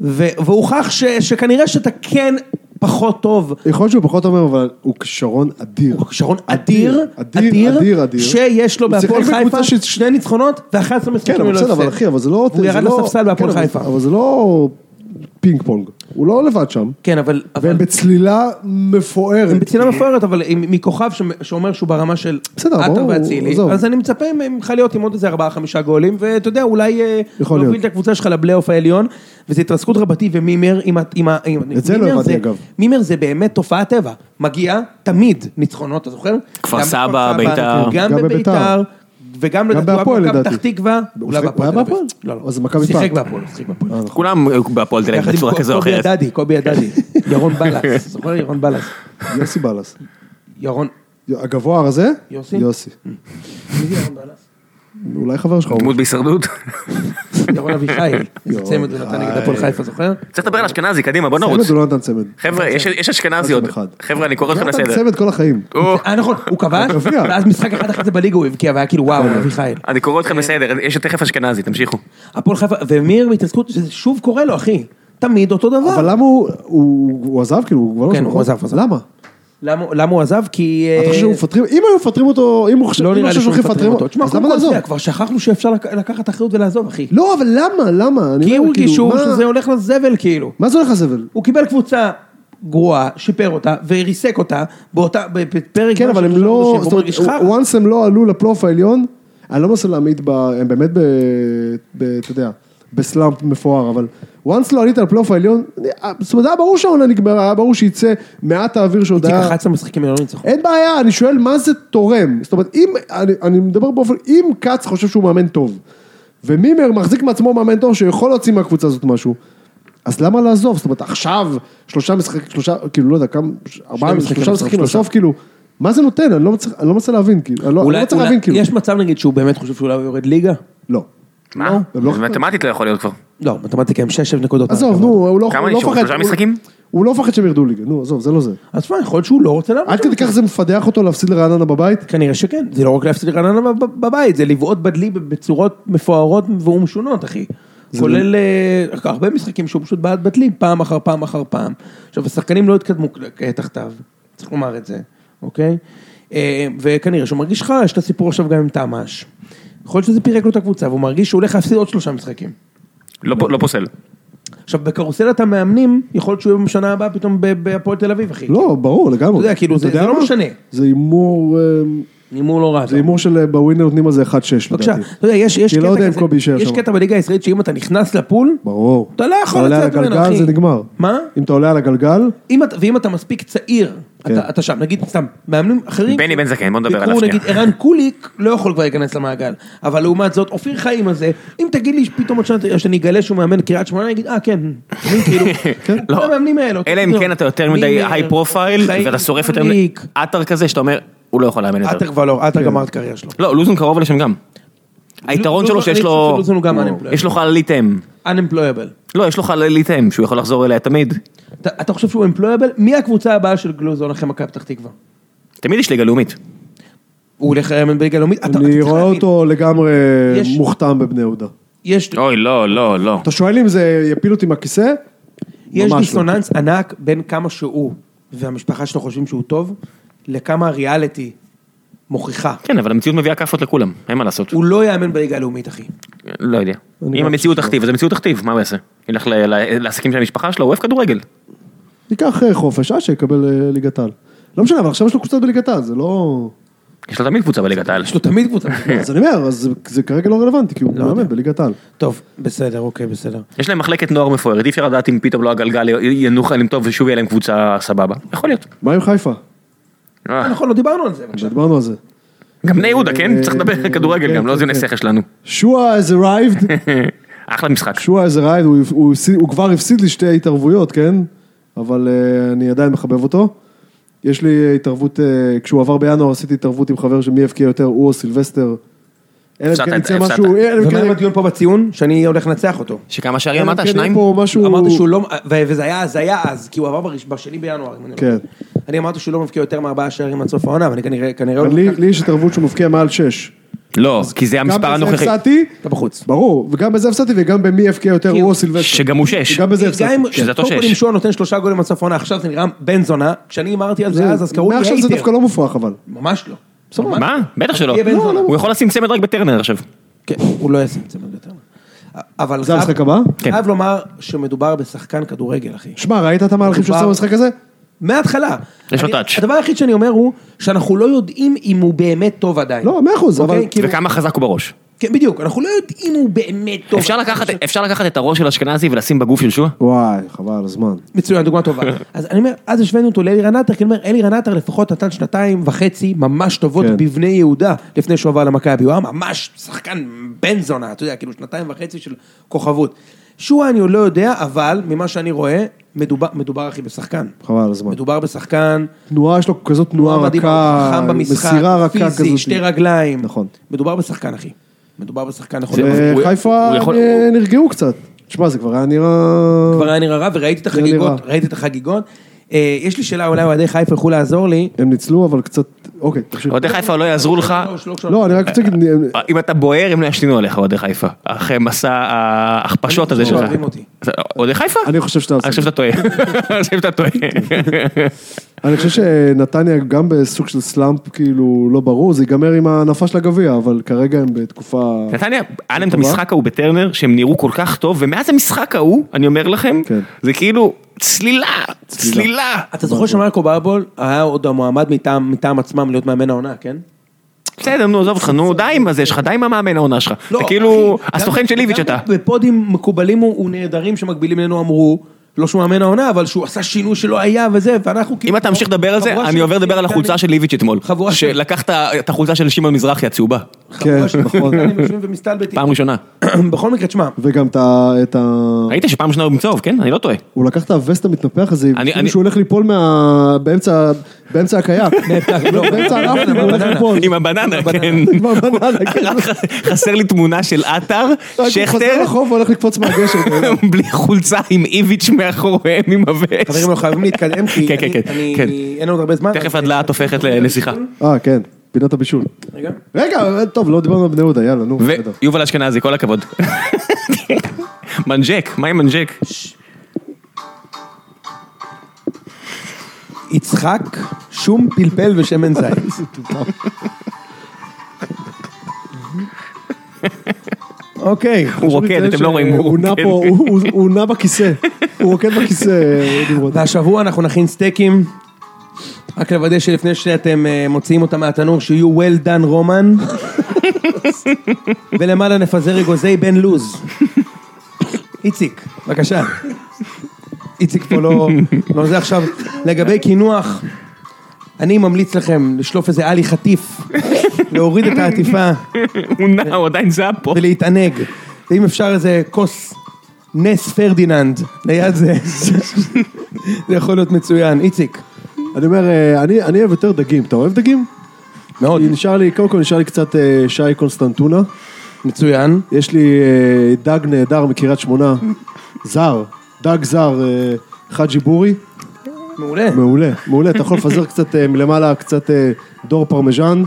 Speaker 2: ו- והוכח ש- שכנראה שאתה כן פחות טוב.
Speaker 3: יכול להיות שהוא פחות אומר, אבל הוא כישרון אדיר.
Speaker 2: הוא כישרון אדיר,
Speaker 3: אדיר, אדיר, אדיר.
Speaker 2: שיש לו
Speaker 3: הוא
Speaker 2: בהפועל
Speaker 3: שיחק בקבוצה
Speaker 2: חיפה
Speaker 3: ש-
Speaker 2: שני ניצחונות ו-11 משחקים
Speaker 3: כן, אבל
Speaker 2: ללא
Speaker 3: בסדר, אבל
Speaker 2: הפסד.
Speaker 3: אחי, אבל זה לא...
Speaker 2: הוא
Speaker 3: זה
Speaker 2: ירד
Speaker 3: לא-
Speaker 2: לספסל בהפועל
Speaker 3: כן, אבל-
Speaker 2: חיפה.
Speaker 3: אבל זה לא פינג פונג, הוא לא לבד שם,
Speaker 2: כן, אבל... אבל-
Speaker 3: והם בצלילה
Speaker 2: הם
Speaker 3: מפוארת.
Speaker 2: בצלילה מפוארת, אבל עם- מכוכב שמ- שאומר שהוא ברמה של
Speaker 3: בסדר,
Speaker 2: עטר
Speaker 3: ברור,
Speaker 2: ואצילי,
Speaker 3: עזוב.
Speaker 2: אז אני מצפה ממך להיות עם עוד איזה ארבעה חמישה גולים, ואתה יודע, אולי אה,
Speaker 3: יכול להיות.
Speaker 2: להוביל את הקבוצה שלך לבלייאוף העליון, וזו התרסקות רבתי ומימר עם ה... עם ה- עם-
Speaker 3: את זה לא
Speaker 2: מימר
Speaker 3: הבנתי, אגב.
Speaker 2: מימר זה באמת תופעת טבע, מגיע תמיד ניצחונות, אתה זוכר?
Speaker 1: כפר
Speaker 2: גם
Speaker 1: סבא,
Speaker 2: בכפר
Speaker 1: בית"ר.
Speaker 2: גם
Speaker 3: כן, גם
Speaker 2: בביתר.
Speaker 3: בבית"ר.
Speaker 2: וגם
Speaker 3: גם
Speaker 2: לדעתי, הוא היה
Speaker 3: בהפועל,
Speaker 2: במכבי
Speaker 3: לדעתי.
Speaker 2: פתח תקווה,
Speaker 3: הוא
Speaker 2: אולי
Speaker 3: שיחק- הוא
Speaker 2: בהפועל.
Speaker 3: היה
Speaker 2: תל אביב.
Speaker 3: בהפועל?
Speaker 2: לא, לא.
Speaker 3: אז זה מכבי
Speaker 2: שיחק
Speaker 3: פתח.
Speaker 2: בהפועל, שיחק בהפועל.
Speaker 3: נכון.
Speaker 1: כולם בהפועל תל אביב
Speaker 2: יחד עם
Speaker 1: בצורה כזו או
Speaker 2: קובי
Speaker 1: אחרת.
Speaker 2: הדדי, קובי הדדי, ירון בלס, זוכר ירון בלס?
Speaker 3: יוסי בלס.
Speaker 2: ירון,
Speaker 3: הגבוה הרזה?
Speaker 2: יוסי?
Speaker 3: יוסי.
Speaker 2: מי זה ירון בלס?
Speaker 3: אולי חבר שלך. הוא-
Speaker 1: דמות בהישרדות.
Speaker 2: ירון אביחי, איזה צמד הוא נתן נגד הפועל חיפה, זוכר?
Speaker 1: צריך לדבר על אשכנזי, קדימה, בוא נרוץ.
Speaker 3: צמד הוא לא נתן צמד.
Speaker 1: חבר'ה, יש- יש אשכנזי עוד.
Speaker 3: אחד.
Speaker 1: חבר'ה, אני קורא
Speaker 3: הוא לא
Speaker 1: אתכם
Speaker 3: נתן
Speaker 1: לסדר.
Speaker 3: צמד כל החיים.
Speaker 1: או,
Speaker 2: אה נכון, הוא כבש,
Speaker 3: גביע.
Speaker 2: ואז משחק אחד אחרי זה בליגה הוא הבקיע והיה כאילו וואו,
Speaker 3: כן.
Speaker 2: אביחי.
Speaker 1: אני קורא
Speaker 3: אה,
Speaker 1: אתכם לסדר, יש תכף אשכנזי,
Speaker 3: לא,
Speaker 1: תמשיכו.
Speaker 2: הפועל חיפה, ומיר בהתעסקות, שזה שוב קורה לו אחי, תמיד אותו דבר.
Speaker 3: אבל למה הוא- הוא הוא עזב? כאילו, הוא כבר לא...
Speaker 2: כן,
Speaker 3: שם,
Speaker 2: הוא
Speaker 3: נכון?
Speaker 2: עזב, עזב.
Speaker 3: למה?
Speaker 2: למה למה הוא עזב? כי... אה,
Speaker 3: אתה חושב שמפטרים, אם היו מפטרים אותו, אם הוא חושב
Speaker 2: לא
Speaker 3: אם
Speaker 2: נראה
Speaker 3: הוא
Speaker 2: לי
Speaker 3: חושב שהולכים
Speaker 2: שהוא מפטרים
Speaker 3: לפטרים אותו,
Speaker 2: אותו. תשמע,
Speaker 3: אז
Speaker 2: קודם
Speaker 3: למה
Speaker 2: כל, אתה
Speaker 3: לעזוב?
Speaker 2: יודע, כבר שכחנו שאפשר לק- לקחת אחריות ולעזוב אחי.
Speaker 3: לא, אבל למה, למה? אני
Speaker 2: כי
Speaker 3: אומר,
Speaker 2: הוא
Speaker 3: כאילו,
Speaker 2: הרגיש שהוא-
Speaker 3: מה-
Speaker 2: שזה הולך לזבל כאילו.
Speaker 3: מה זה הולך לזבל?
Speaker 2: הוא קיבל קבוצה גרועה, שיפר אותה וריסק אותה באותה, בפרק...
Speaker 3: כן,
Speaker 2: זמן
Speaker 3: אבל הם
Speaker 2: של שלושה
Speaker 3: לא,
Speaker 2: חודשים,
Speaker 3: זאת
Speaker 2: הוא מרגיש
Speaker 3: אומרת,
Speaker 2: חרא.
Speaker 3: once הם לא עלו לפלייאוף העליון, אני לא מנסה להעמיד, ב- הם באמת, ב- ב- אתה יודע, בסלאמפ מפואר, אבל once לא עלית לפלייאוף העליון, אני- זאת אומרת, היה ברור שהעונה נגמרה, היה ברור שיצא מעט האוויר שעוד
Speaker 2: איציק
Speaker 3: היה.
Speaker 2: 11 משחקים לא ללא ניצחון.
Speaker 3: אין בעיה, אני שואל מה זה תורם. זאת אומרת, אם, אני, אני מדבר באופן, אם כץ חושב שהוא מאמן טוב, ומימר מחזיק מעצמו מאמן טוב שיכול להוציא מהקבוצה הזאת משהו, אז למה לעזוב? זאת אומרת, עכשיו, שלושה משחקים, שלושה, כאילו, לא יודע, כמה, ארבעה,
Speaker 2: משחקים
Speaker 3: שלושה
Speaker 2: בסוף,
Speaker 3: משחקים
Speaker 2: שלושה.
Speaker 3: בסוף, כאילו, מה זה נותן? אני לא מצליח- אני לא מצליח להבין, כאילו, אני לא אני לא
Speaker 2: אולי,
Speaker 3: מצליח
Speaker 2: אולי-
Speaker 3: להבין, כאילו,
Speaker 2: יש מצב נגיד שהוא באמת חושב שאולי הוא יורד ליגה?
Speaker 3: לא.
Speaker 1: מה?
Speaker 3: הם לא-
Speaker 1: זה מתמטית לא יכול להיות כבר.
Speaker 2: לא, מתמטיקה הם 6-7 נקודות.
Speaker 3: עזוב, נו, הוא לא
Speaker 1: כמה
Speaker 3: הוא לא
Speaker 1: נשארו?
Speaker 3: מפחד,
Speaker 1: שלושה
Speaker 3: הוא-
Speaker 1: משחקים?
Speaker 3: הוא לא מפחד שהם ירדו ליגה, נו, עזוב, זה לא זה.
Speaker 2: אז תשמע, יכול להיות שהוא לא רוצה לעבוד.
Speaker 3: עד כדי כך זה מפדח אותו להפסיד לרעננה בבית?
Speaker 2: כנראה שכן, זה לא רק להפסיד לרעננה בב- בבית, זה לבעוט בדלי בצורות מפוארות ומשונות, אחי. כולל אה, הרבה משחקים שהוא פשוט בעט בדלי פעם אחר פעם אחר פעם. עכשיו, השחקנים לא התקדמו כ- תחתיו, צריך לומר את זה, אוקיי? אה, וכנראה שהוא מרגיש חרא, יש את הסיפור עכשיו גם עם תמ"ש. יכול להיות שזה פירק לו את הקבוצה, והוא מרגיש שהוא הולך להפסיד עוד שלושה משחקים.
Speaker 1: לא פ- לא פוסל.
Speaker 2: עכשיו, בקרוסלת המאמנים, יכול להיות שהוא יהיה בשנה הבאה פתאום ב- בהפועל תל אביב, אחי.
Speaker 3: לא, ברור לגמרי.
Speaker 2: אתה יודע, כאילו, זה-
Speaker 3: יודע
Speaker 2: זה לא
Speaker 3: מה?
Speaker 2: משנה.
Speaker 3: זה הימור, אה,
Speaker 2: הימור לא רע.
Speaker 3: זה הימור של אה, בווינר נותנים על זה 1-6 לדעתי.
Speaker 2: בבקשה, אתה יודע, יש, יש,
Speaker 3: אני לא יודע אם
Speaker 2: כזה-
Speaker 3: קובי יישאר
Speaker 2: יש
Speaker 3: שם.
Speaker 2: קטע בליגה הישראלית שאם אתה נכנס לפול,
Speaker 3: ברור.
Speaker 2: אתה לא יכול
Speaker 3: אתה עולה
Speaker 2: לצאת
Speaker 3: על
Speaker 2: ממנו,
Speaker 3: הגלגל,
Speaker 2: אחי.
Speaker 3: זה נגמר.
Speaker 2: מה?
Speaker 3: אם אתה עולה על הגלגל,
Speaker 2: אם אתה, ואם אתה מספיק צעיר,
Speaker 3: כן.
Speaker 2: אתה, אתה שם, נגיד סתם, מאמנים אחרים,
Speaker 1: בני בן זקן, בוא נדבר
Speaker 2: ביקרו,
Speaker 1: עליו שנייה.
Speaker 2: נגיד ערן קוליק לא יכול כבר להיכנס למעגל, אבל לעומת זאת, אופיר חיים הזה, אם תגיד לי פתאום עוד שנה שאני אגלה שהוא מאמן קריית שמונה, אני אגיד, אה כן, אני כאילו,
Speaker 3: כן.
Speaker 2: כל המאמנים האלה,
Speaker 1: לא.
Speaker 2: אוקיי. לא.
Speaker 1: אלא אם כן אתה יותר מדי
Speaker 2: מילר,
Speaker 1: היי פרופייל,
Speaker 2: חיים,
Speaker 1: ואתה שורף יותר מדי
Speaker 2: קוליק.
Speaker 1: עטר כזה, שאתה אומר, הוא לא יכול לאמן יותר.
Speaker 2: עטר כבר לא, עטר
Speaker 3: כן.
Speaker 2: גמר את הקריירה שלו.
Speaker 1: לא, לוזון קרוב לשם גם. היתרון
Speaker 2: לוזון- לא,
Speaker 1: שלו
Speaker 2: אני
Speaker 1: שיש
Speaker 2: חושב
Speaker 1: לו, לא.
Speaker 2: שלוזון הוא גם unemployed.
Speaker 1: יש לו חללית אם.
Speaker 2: unemployable.
Speaker 1: לא, יש לו חללית אם, שהוא יכול לחזור אליה תמיד.
Speaker 2: אתה, אתה חושב שהוא אמפלויבל? מי הקבוצה הבאה של גלוזון אחרי מכבי פתח תקווה?
Speaker 1: תמיד יש ליגה לאומית.
Speaker 2: הוא הולך לאמן בליגה לאומית? אתה- אתה
Speaker 3: אני
Speaker 2: צריך
Speaker 3: רואה
Speaker 2: להבין,
Speaker 3: אותו לגמרי אה,
Speaker 2: יש-
Speaker 3: מוכתם בבני יהודה.
Speaker 2: יש,
Speaker 1: אוי, לא, לא, לא.
Speaker 3: אתה שואל אם זה יפיל אותי מהכיסא?
Speaker 2: יש
Speaker 3: ממש לא.
Speaker 2: דיסוננס ענק בין כמה שהוא והמשפחה שלו חושבים שהוא טוב, לכמה הריאליטי מוכיחה.
Speaker 1: כן, אבל המציאות מביאה כאפות לכולם, אין מה לעשות.
Speaker 2: הוא לא יאמן בליגה הלאומית, אחי.
Speaker 1: לא יודע.
Speaker 3: אני
Speaker 1: אם
Speaker 3: גם
Speaker 1: המציאות תכתיב, אז המציאות תכתיב, מה הוא יעשה? ילך ל- ל- לעסקים של המשפחה שלו, הוא אוהב כדורגל.
Speaker 3: ייקח אה, חופש עד שיקבל אה, ליגת העל. לא משנה, אבל עכשיו יש לו קבוצה בליגת העל, זה לא...
Speaker 1: יש לו תמיד קבוצה בליגת העל.
Speaker 2: יש לו תמיד קבוצה.
Speaker 3: אז אני אומר, אז זה- זה כרגע לא רלוונטי, כי הוא מאמן בליגת העל.
Speaker 2: טוב, בסדר, אוקיי, בסדר.
Speaker 1: יש להם מחלקת נוער מפוארת, אי אפשר לדעת אם פתאום לא הגלגל ינוח עליהם טוב ושוב יהיה להם קבוצה סבבה. יכול להיות.
Speaker 3: מה עם חיפה?
Speaker 1: אה,
Speaker 2: נכון, לא דיברנו על זה. בבקשה.
Speaker 3: דיברנו על זה.
Speaker 1: גם בני יהודה, כן?
Speaker 3: אה,
Speaker 1: צריך לדבר
Speaker 3: אה,
Speaker 1: כדורגל
Speaker 3: כן,
Speaker 1: גם, לא
Speaker 3: כן,
Speaker 1: זיוני
Speaker 3: כן.
Speaker 1: שכל שלנו.
Speaker 3: שועה has arrived,
Speaker 1: אחלה משחק.
Speaker 3: שועה has arrived, הוא- הוא הפסיד- הוא כבר הפסיד לי שתי התערבויות, כן? אבל אה, אני עדיין מחבב אותו. יש לי התערבות, אה, כשהוא עבר בינואר עשיתי התערבות עם חבר שמי יבקיע יותר, הוא או סילבסטר. אלא אם
Speaker 1: הפסדת
Speaker 3: כן
Speaker 1: את זה,
Speaker 3: יצא
Speaker 1: הפסדת.
Speaker 3: משהו, אלא אם
Speaker 2: ומה
Speaker 3: כן-
Speaker 2: עם הדיון פה בציון? שאני הולך לנצח אותו.
Speaker 1: שכמה שערים
Speaker 3: אלא אם
Speaker 1: אמרת?
Speaker 3: כן יהיה
Speaker 1: שניים?
Speaker 3: פה משהו...
Speaker 2: אמרתי שהוא לא, ו- וזה היה הזיה אז, כי הוא עבר ברש- בשני בינואר. אם אני לא
Speaker 3: כן.
Speaker 2: טועה. אני אמרתי שהוא לא מבקיע יותר מארבעה שערים עד סוף העונה, ואני כנראה, כנראה,
Speaker 3: אבל
Speaker 2: לא-
Speaker 3: לי לי יש התערבות שהוא מבקיע מעל 6.
Speaker 1: לא, כי זה המספר
Speaker 3: גם בזה
Speaker 1: הנוכחי.
Speaker 3: הפסדתי,
Speaker 2: לא- אתה בחוץ.
Speaker 3: ברור, וגם בזה הפסדתי וגם במי יבקיע יותר,
Speaker 2: כי
Speaker 3: הוא
Speaker 2: הוא-
Speaker 3: או סילבסטר.
Speaker 1: שגם הוא שש.
Speaker 3: גם בזה
Speaker 2: גם
Speaker 3: הפסדתי.
Speaker 2: אם,
Speaker 1: שזה אותו
Speaker 2: קודם כל
Speaker 1: שש.
Speaker 2: אם שועה נותן שלושה גולים עד סוף העונה, עכשיו זה נראה בן זונה, כשאני אמרתי על זה אז, אז קראו לי
Speaker 3: מעכשיו זה דווקא
Speaker 2: הייטר.
Speaker 3: לא מופרך אבל.
Speaker 2: ממש לא. ממש
Speaker 1: מה?
Speaker 2: לא.
Speaker 1: בטח שלא.
Speaker 2: יהיה בן
Speaker 1: לא,
Speaker 2: זונה.
Speaker 1: הוא יכול לשים צמד רק בטרנר עכשיו.
Speaker 2: כן, הוא לא יעשה את זה יותר. אבל
Speaker 3: זה המשחק
Speaker 2: חייב-
Speaker 3: הבא?
Speaker 1: כן.
Speaker 2: חייב לומר שמדובר בשחקן כדורגל, אחי.
Speaker 3: שמע, ראית את המהלכים
Speaker 2: מדובר-
Speaker 3: שעושה במשחק הזה?
Speaker 2: מההתחלה.
Speaker 1: יש לו
Speaker 2: אני-
Speaker 1: טאץ'.
Speaker 2: הדבר היחיד שאני אומר הוא, שאנחנו לא יודעים אם הוא באמת טוב עדיין.
Speaker 3: לא, מאה אחוז,
Speaker 2: אוקיי?
Speaker 3: אבל-
Speaker 2: כאילו-
Speaker 1: וכמה חזק הוא בראש.
Speaker 2: כן, בדיוק, אנחנו לא יודעים אם הוא באמת טוב.
Speaker 1: אפשר לקחת- אפשר לקחת את הראש של אשכנזי ולשים בגוף של שועה?
Speaker 3: וואי, חבל על הזמן.
Speaker 2: מצוין, דוגמה טובה.
Speaker 1: כן.
Speaker 2: אז אני אומר, אז השווינו אותו לאלירן עטר, כי אני אומר, אלירן עטר לפחות נתן שנתיים וחצי ממש טובות
Speaker 3: כן.
Speaker 2: בבני יהודה, לפני שהוא עבר למכבי, הוא היה ממש שחקן בן זונה, אתה יודע, כאילו שנתיים וחצי של כוכבות. שועה אני עוד לא יודע, אבל ממה שאני רואה, מדובר, מדובר אחי בשחקן.
Speaker 3: חבל על הזמן.
Speaker 2: מדובר בשחקן,
Speaker 3: תנועה, יש לו כזאת תנועה
Speaker 2: מדהימה,
Speaker 3: רכה,
Speaker 2: חכם במשחק,
Speaker 3: מסירה רכה כזאת.
Speaker 2: פיזי, שתי רגליים.
Speaker 3: נכון.
Speaker 2: מדובר בשחקן אחי. מדובר בשחקן נכון.
Speaker 1: זה- הוא-
Speaker 3: וחיפה
Speaker 1: הוא יכול-
Speaker 3: אה, נרגעו קצת. תשמע, זה כבר היה נראה...
Speaker 2: כבר היה לא נראה רע, וראיתי את
Speaker 3: זה
Speaker 2: החגיגות,
Speaker 3: נראה.
Speaker 2: ראיתי את החגיגות. אה, יש לי שאלה, אולי אוהדי חיפה ילכו לעזור לי.
Speaker 3: הם ניצלו, אבל קצת... אוקיי, תמשיך.
Speaker 1: אוהדי חיפה לא יעזרו לך.
Speaker 2: לא, שלא קשור.
Speaker 3: לא, אני רק רוצה להגיד...
Speaker 1: אם אתה בוער הם לא ישתינו עליך אוהדי חיפה. אחרי מסע ההכפשות הזה
Speaker 2: אני חושב
Speaker 1: שלך.
Speaker 2: שאוהבים אותי.
Speaker 1: אוהדי חיפה?
Speaker 3: אני חושב שאתה עושה.
Speaker 1: אני חושב שאתה טועה. אני חושב שאתה טועה.
Speaker 3: אני חושב שנתניה גם בסוג של סלאמפ כאילו לא ברור, זה ייגמר עם ההנפה של הגביע, אבל כרגע הם בתקופה...
Speaker 1: נתניה, היה להם את
Speaker 3: טובה.
Speaker 1: המשחק ההוא בטרנר שהם נראו כל כך טוב ומאז המשחק ההוא, אני אומר לכם,
Speaker 3: כן.
Speaker 1: זה כאילו צלילה, צלילה.
Speaker 2: אתה זוכר שמרקו ברבול היה עוד המועמד מטעם מטעם עצמם להיות מאמן העונה, כן?
Speaker 1: בסדר, נו, עזוב אותך, נו, די עם הזה שלך, די עם המאמן העונה שלך. אתה כאילו,
Speaker 2: לא, אחי,
Speaker 1: הסוכן
Speaker 2: גם- כאילו-
Speaker 1: של ליביץ'
Speaker 2: גם
Speaker 1: אתה.
Speaker 2: בפודים מקובלים הוא- ונהדרים שמקבילים אלינו אמרו, לא שהוא מאמן העונה, אבל שהוא עשה שינוי שלא היה וזה, ואנחנו כאילו
Speaker 1: אם אתה תמשיך לדבר על זה,
Speaker 2: חבורה
Speaker 1: אני
Speaker 2: של-
Speaker 1: עובר לדבר על החולצה של ליביץ' אתמול.
Speaker 2: חבורה של-
Speaker 1: שלקחת את החולצה של שמעון מזרחי הצהובה,
Speaker 2: חבורה של
Speaker 3: כן, נכון.
Speaker 2: שחקנים יושבים ומסתלבטים.
Speaker 1: פעם ראשונה.
Speaker 2: בכל מקרה, תשמע,
Speaker 3: וגם את ה... את ה...
Speaker 1: ראית שפעם ראשונה הוא בצהוב, כן? אני לא טועה.
Speaker 3: הוא לקח את הווסט המתנפח הזה,
Speaker 1: אני-
Speaker 3: כאילו
Speaker 1: אני-
Speaker 3: שהוא הולך ליפול מה... באמצע, באמצע הקייק.
Speaker 2: לא,
Speaker 3: באמצע הרפטינג הוא הולך
Speaker 2: בננה.
Speaker 3: ליפול.
Speaker 1: עם הבננה, כן.
Speaker 3: נכון. עם הבננה, כן.
Speaker 1: רק חסר לי תמונה של עטר,
Speaker 3: אה, הוא חוזר
Speaker 1: שכטר,
Speaker 3: לחוב והולך לקפוץ מהגשר.
Speaker 1: בלי חולצה עם איביץ' מאחוריהם עם הווס.
Speaker 2: חברים, אנחנו חייבים להתקדם, כי
Speaker 1: כן,
Speaker 2: אני-
Speaker 1: כן, כן,
Speaker 2: אני-
Speaker 1: כן.
Speaker 2: אין עוד הרבה זמן.
Speaker 1: תכף
Speaker 2: אז-
Speaker 1: הדלעת הופכת לנסיכה.
Speaker 3: אה, כן, פינת הבישול.
Speaker 2: רגע.
Speaker 3: רגע, טוב, לא דיברנו על בני יהודה, יאללה, נו, בסדר.
Speaker 1: ויובל אשכנזי, כל הכבוד. מנג'ק, מה עם מנג'ק?
Speaker 2: יצחק, שום פלפל ושמן זית.
Speaker 3: אוקיי.
Speaker 1: הוא רוקד, אתם לא רואים, הוא
Speaker 3: הוא נע
Speaker 1: רוקד.
Speaker 3: פה, הוא- הוא- הוא נע בכיסא. הוא רוקד בכיסא, אה, נמרוד.
Speaker 2: והשבוע אנחנו נכין סטייקים. רק לוודא שלפני שאתם אה, מוציאים אותם מהתנור, שיהיו well done רומן. ולמעלה נפזר אגוזי בן לוז. איציק, בבקשה. איציק פה לא... לא זה עכשיו. לגבי קינוח, אני ממליץ לכם לשלוף איזה עלי חטיף, להוריד את העטיפה
Speaker 1: הוא נע, הוא עדיין זע פה.
Speaker 2: ולהתענג. ואם אפשר איזה כוס נס פרדיננד ליד זה, זה יכול להיות מצוין. איציק.
Speaker 3: אני אומר, אה, אני אני אוהב יותר דגים. אתה אוהב דגים?
Speaker 2: מאוד.
Speaker 3: כי נשאר לי, קודם כל נשאר לי קצת אה, שי קונסטנטונה.
Speaker 2: מצוין.
Speaker 3: יש לי אה, דג נהדר מקריית שמונה. זר. דג זר, אה, חאג'י בורי.
Speaker 2: מעולה.
Speaker 3: מעולה, מעולה. אתה יכול לפזר קצת אה, מלמעלה, קצת אה, דור פרמיז'ן.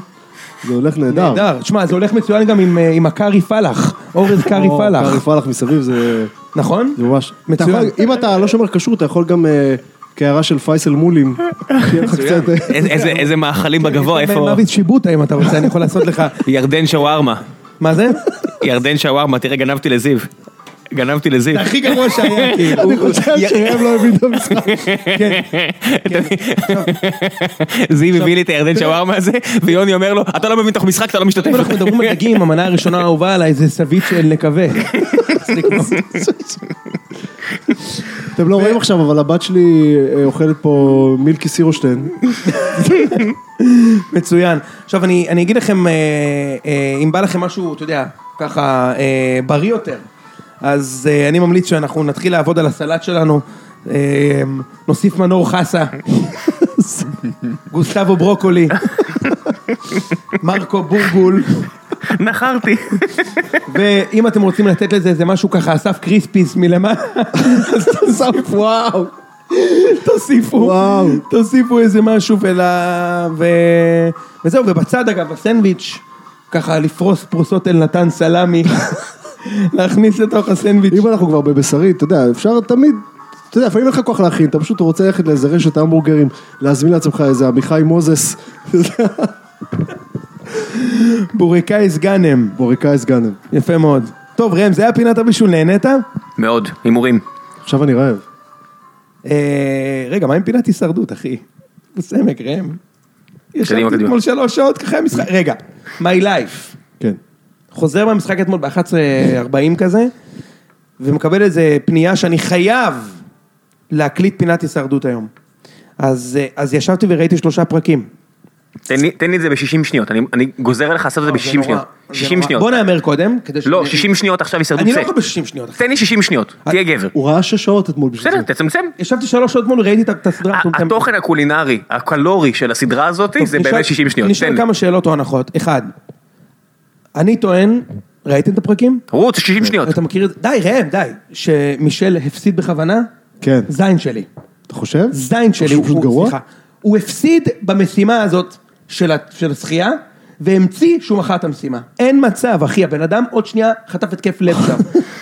Speaker 3: זה הולך נהדר.
Speaker 2: נהדר. תשמע, זה הולך מצוין גם עם, אה, עם הקארי פלאח. אורז קארי
Speaker 3: או,
Speaker 2: פלאח.
Speaker 3: קארי פלאח מסביב זה...
Speaker 2: נכון?
Speaker 3: זה ממש...
Speaker 2: מצוין.
Speaker 3: אתה יכול- אם אתה לא שומר כשרות, אתה יכול גם אה, קערה של פייסל מולים. שיהיה לך קצת... אה,
Speaker 1: איזה- איזה- איזה מאכלים
Speaker 2: כן,
Speaker 1: בגבוה, איפה...
Speaker 2: מוות שיבוטה אם אתה רוצה, אני יכול לעשות לך.
Speaker 1: ירדן שווארמה.
Speaker 2: מה זה?
Speaker 1: ירדן שווארמה, תראה, גנבתי לזיו. גנבתי לזיו.
Speaker 2: זה הכי גרוע שהיה, כאילו.
Speaker 3: אני חושב שראם לא הבין את המשחק.
Speaker 1: זיו הביא לי את הירדן שווארמה הזה, ויוני אומר לו, אתה לא מבין תוך משחק, אתה לא משתתף.
Speaker 2: אם אנחנו מדברים על דגים, המנה הראשונה האהובה עליי זה סבית של נקבה. מצחיק מאוד.
Speaker 3: אתם לא רואים עכשיו, אבל הבת שלי אה, אוכלת פה מילקי סירושטיין.
Speaker 2: מצוין. עכשיו אני, אני אגיד לכם, אה, אה, אם בא לכם משהו, אתה יודע, ככה אה, בריא יותר, אז אה, אני ממליץ שאנחנו נתחיל לעבוד על הסלט שלנו, אה, נוסיף מנור חסה, גוסטבו ברוקולי, מרקו בורבול,
Speaker 1: נחרתי.
Speaker 2: ואם אתם רוצים לתת לזה איזה משהו ככה, אסף קריספיס מלמעלה, אז תוסיפו, וואו, תוסיפו,
Speaker 3: וואו.
Speaker 2: תוסיפו איזה משהו ול... ו... וזהו, ובצד אגב, הסנדוויץ', ככה לפרוס פרוסות אל נתן סלמי, להכניס לתוך הסנדוויץ'.
Speaker 3: אם אנחנו כבר בבשרי, אתה יודע, אפשר תמיד, אתה יודע, לפעמים אין לך כוח להכין, אתה פשוט רוצה ללכת לאיזה רשת המבורגרים, להזמין לעצמך איזה עמיחי מוזס,
Speaker 2: בורקאי סגאנם,
Speaker 3: בורקאי סגאנם.
Speaker 2: יפה מאוד. טוב ראם, זה היה פינת הבישול, נהנית?
Speaker 1: מאוד, הימורים.
Speaker 3: עכשיו אני רעב.
Speaker 2: אה, רגע, מה עם פינת הישרדות, אחי? בסמק, ראם. ישבתי
Speaker 1: קדימה.
Speaker 2: אתמול שלוש שעות ככה היה משחק, רגע, my life.
Speaker 3: כן.
Speaker 2: חוזר מהמשחק אתמול ב-11.40 כזה, ומקבל איזה פנייה שאני חייב להקליט פינת הישרדות היום. אז, אה, אז ישבתי וראיתי שלושה פרקים.
Speaker 1: תן לי- תן לי את זה ב-60 שניות, אני- אני גוזר עליך לעשות את זה
Speaker 2: אה, זה
Speaker 1: ב-60
Speaker 2: נורא,
Speaker 1: שניות.
Speaker 2: זה
Speaker 1: 60
Speaker 2: נורא. בוא
Speaker 1: שניות.
Speaker 2: נאמר קודם, כדי ש...
Speaker 1: לא, 60 שניות עכשיו הישרדות
Speaker 2: אני לא
Speaker 1: סט.
Speaker 2: יכול ב-60 שניות. אחי.
Speaker 1: תן לי 60 שניות, תהיה גבר.
Speaker 3: הוא ראה שש שעות אתמול בשביל
Speaker 1: בסדר,
Speaker 3: זה.
Speaker 1: תצמצם.
Speaker 2: ישבתי שלוש שעות מול, ראיתי את- את הסדרה. אנחנו-
Speaker 1: ה- התוכן הקולינרי, הקלורי של הסדרה הזאת,
Speaker 2: טוב,
Speaker 1: זה
Speaker 2: נשאל-
Speaker 1: באמת 60 שניות. תן
Speaker 2: נשאל
Speaker 1: לי.
Speaker 2: כמה שאלות או הנחות. אחד, אני טוען, ראיתם את הפרקים?
Speaker 1: רוץ, 60 שניות.
Speaker 2: אתה מכיר את זה? די, ראם, די. שמישל הפסיד בכוונה?
Speaker 3: כן.
Speaker 2: זין שלי.
Speaker 3: אתה חושב?
Speaker 2: זין שלי,
Speaker 3: הוא פשוט גרוע?
Speaker 2: הוא הפסיד במשימה הזאת של, ה- של השחייה, והמציא שהוא מכר את המשימה. אין מצב, אחי, הבן אדם עוד שנייה חטף התקף לב שם.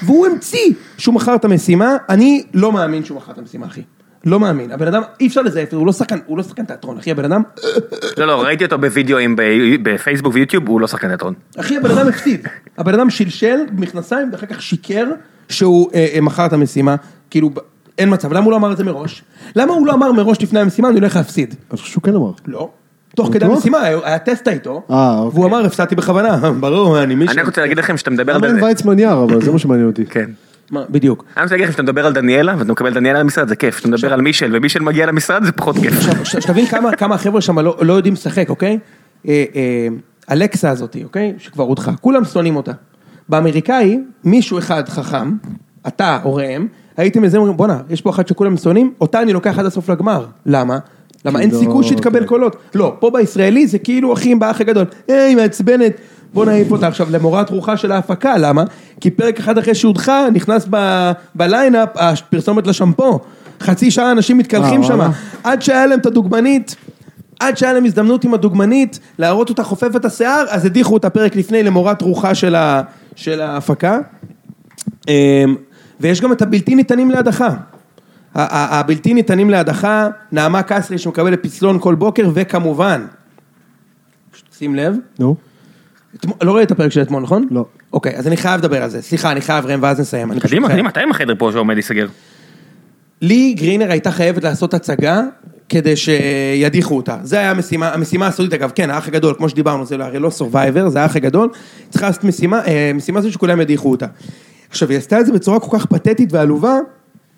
Speaker 2: והוא המציא שהוא מכר את המשימה, אני לא מאמין שהוא מכר את המשימה, אחי. לא מאמין, הבן אדם, אי אפשר לזייף, הוא לא שחקן, הוא לא שחקן תיאטרון, אחי, הבן אדם,
Speaker 1: לא, לא, ראיתי אותו בווידאוים ב- בפייסבוק ויוטיוב, הוא לא שחקן תיאטרון.
Speaker 2: אחי, הבן אדם הפסיד. הבן אדם שלשל מכנסיים ואחר כך שיקר שהוא אה, אה, מכר את המשימה, כאילו, ב- אין מצב, למה הוא לא אמר את זה מראש? למה הוא לא אמר מראש לפני המשימה, אני הולך להפסיד?
Speaker 3: אני חושב שהוא כן אמר.
Speaker 2: לא. תוך כדי המשימה, היה היה טסטה איתו,
Speaker 3: אה, אוקיי.
Speaker 2: והוא אמר, הפסדתי בכוונה, ברור, אני מישהו.
Speaker 1: אני רק רוצה להגיד לכם שאתה מדבר על...
Speaker 3: למה אין
Speaker 1: דניאל-
Speaker 3: ויצמן יער, אבל זה מה שמעניין אותי.
Speaker 1: כן.
Speaker 2: מה, בדיוק.
Speaker 1: אני רוצה להגיד לכם שאתה מדבר על דניאלה, ואתה מקבל דניאלה למשרד, זה כיף. כשאתה מדבר על מישל, ומישל מגיע למשרד, זה פחות כיף.
Speaker 2: עכשיו, ש- שתבין כמה- כמה החבר'ה שם לא לא יודעים לשחק, אוקיי? אה, אה, אלקסה הזאתי, אוקיי? שכבר הודחה, כולם שונאים אותה. באמריקאי, מישהו אחד חכם, אתה או ראם, הייתם איזה אומרים, בואנה, יש פה אחת שכולם שונאים, אותה אני לוקח עד הסוף לגמר. למה? למה אין
Speaker 3: לא,
Speaker 2: סיכוי שיתקבל
Speaker 3: כן.
Speaker 2: קולות. לא, פה בישראלי זה כאילו אחי עם באח הגדול, היי, מעצבנת. בוא נעיף אותה עכשיו למורת רוחה של ההפקה, למה? כי פרק אחד אחרי שהודחה, נכנס ב- בליינאפ הפרסומת לשמפו. חצי שעה אנשים מתקלחים
Speaker 3: אה,
Speaker 2: שם,
Speaker 3: וואלה.
Speaker 2: עד שהיה להם את הדוגמנית, עד שהיה להם הזדמנות עם הדוגמנית להראות אותה חופפת השיער, אז הדיחו אותה פרק לפני למורת רוחה של, ה, של ההפקה. אמ, ויש גם את הבלתי ניתנים להדחה. ה- ה- הבלתי ניתנים להדחה, נעמה קסרי שמקבלת פסלון כל בוקר, וכמובן, שים לב,
Speaker 3: נו?
Speaker 2: אתמול- לא ראית את הפרק של אתמול, נכון?
Speaker 3: לא.
Speaker 2: אוקיי, אז אני חייב לדבר על זה. סליחה, אני חייב, ראם, ואז נסיים. אני פשוט
Speaker 1: קדימה,
Speaker 2: חייב.
Speaker 1: קדימה, אתה עם החדר פה שעומד להיסגר.
Speaker 2: לי גרינר הייתה חייבת לעשות הצגה כדי שידיחו אותה. זה היה המשימה, המשימה הסודית אגב, כן, האח הגדול, כמו שדיברנו, זה הרי לא סורווייבר, זה האח הגדול, צריכה לעשות משימה, אה, משימה זו שכולם ידיחו אותה. עכשיו, היא עשתה את זה בצורה כל כך פתטית ועלובה,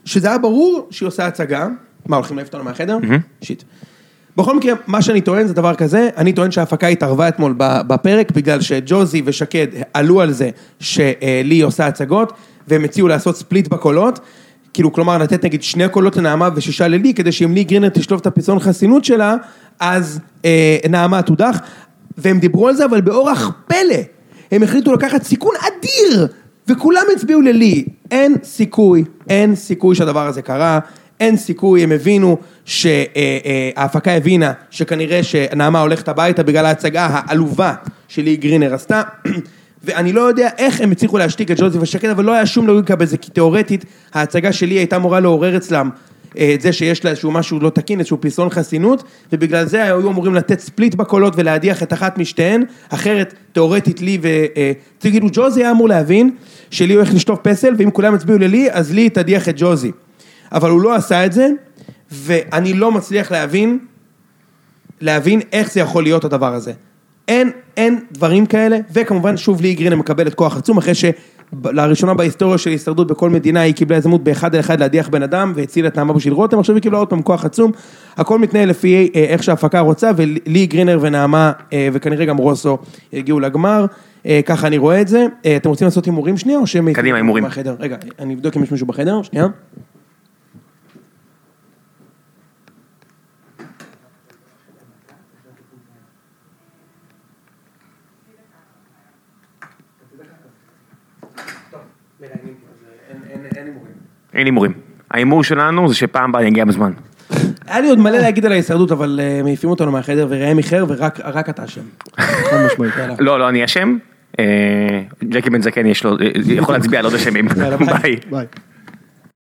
Speaker 2: שזה היה ברור שהיא עושה הצגה. מה, הולכים להעיף אותנו מהחדר? שיט. בכל מקרה, מה שאני טוען זה דבר כזה, אני טוען שההפקה התערבה אתמול ב- בפרק, בגלל שג'וזי ושקד עלו על זה שלי עושה הצגות, והם הציעו לעשות ספליט בקולות, כאילו כלומר לתת נגיד שני קולות לנעמה ושישה ללי, כדי שאם לי גרינר תשלוף את הפסון חסינות שלה, אז אה, נעמה תודח, והם דיברו על זה אבל באורח פלא, הם החליטו לקחת סיכון אדיר, וכולם הצביעו ללי, אין סיכוי, אין סיכוי שהדבר הזה קרה. אין סיכוי, הם הבינו שההפקה הבינה שכנראה שנעמה הולכת הביתה בגלל ההצגה העלובה שלי גרינר עשתה. ואני לא יודע איך הם הצליחו להשתיק את ג'וזי ושקד, אבל לא היה שום לוגיקה בזה, כי תיאורטית ההצגה שלי הייתה אמורה לעורר אצלם אה, את זה שיש לה איזשהו משהו לא תקין, איזשהו פסלון חסינות, ובגלל זה היו אמורים לתת ספליט בקולות ולהדיח את אחת משתיהן, אחרת תיאורטית לי ו... אה, תגידו, ג'וזי היה אמור להבין שלי הולך לשטוף פסל, ואם כולם יצביעו ללי, אז לי תדיח את ג'וזי. אבל הוא לא עשה את זה, ואני לא מצליח להבין, להבין איך זה יכול להיות הדבר הזה. אין, אין דברים כאלה, וכמובן שוב לי גרינר מקבלת כוח עצום אחרי שלראשונה בהיסטוריה של הישרדות בכל מדינה היא קיבלה הזדמנות באחד על אחד להדיח בן אדם והצילה את נעמה בשביל רותם, עכשיו היא קיבלה עוד פעם כוח עצום, הכל מתנהל לפי אה, איך שההפקה רוצה ולי גרינר ונעמה אה, וכנראה גם רוסו הגיעו לגמר, אה, ככה אני רואה את זה, אה, אתם רוצים לעשות הימורים שנייה או שהם...
Speaker 1: קדימה, הימורים.
Speaker 2: מהחדר? רגע, אני אבדוק אם יש מישהו בחדר, שנייה.
Speaker 1: אין הימורים. ההימור שלנו זה שפעם הבאה אני אגיע בזמן.
Speaker 2: היה לי עוד מלא להגיד על ההישרדות, אבל אה, מעיפים אותנו מהחדר וראם איחר ורק רק אתה אשם. חד משמעית. יאללה.
Speaker 1: לא, לא, אני אשם. אה, ג'קי בן זקן יש לו, אה, יכול להצביע על עוד אשמים.
Speaker 2: יאללה, ביי.
Speaker 1: ביי.
Speaker 3: ביי.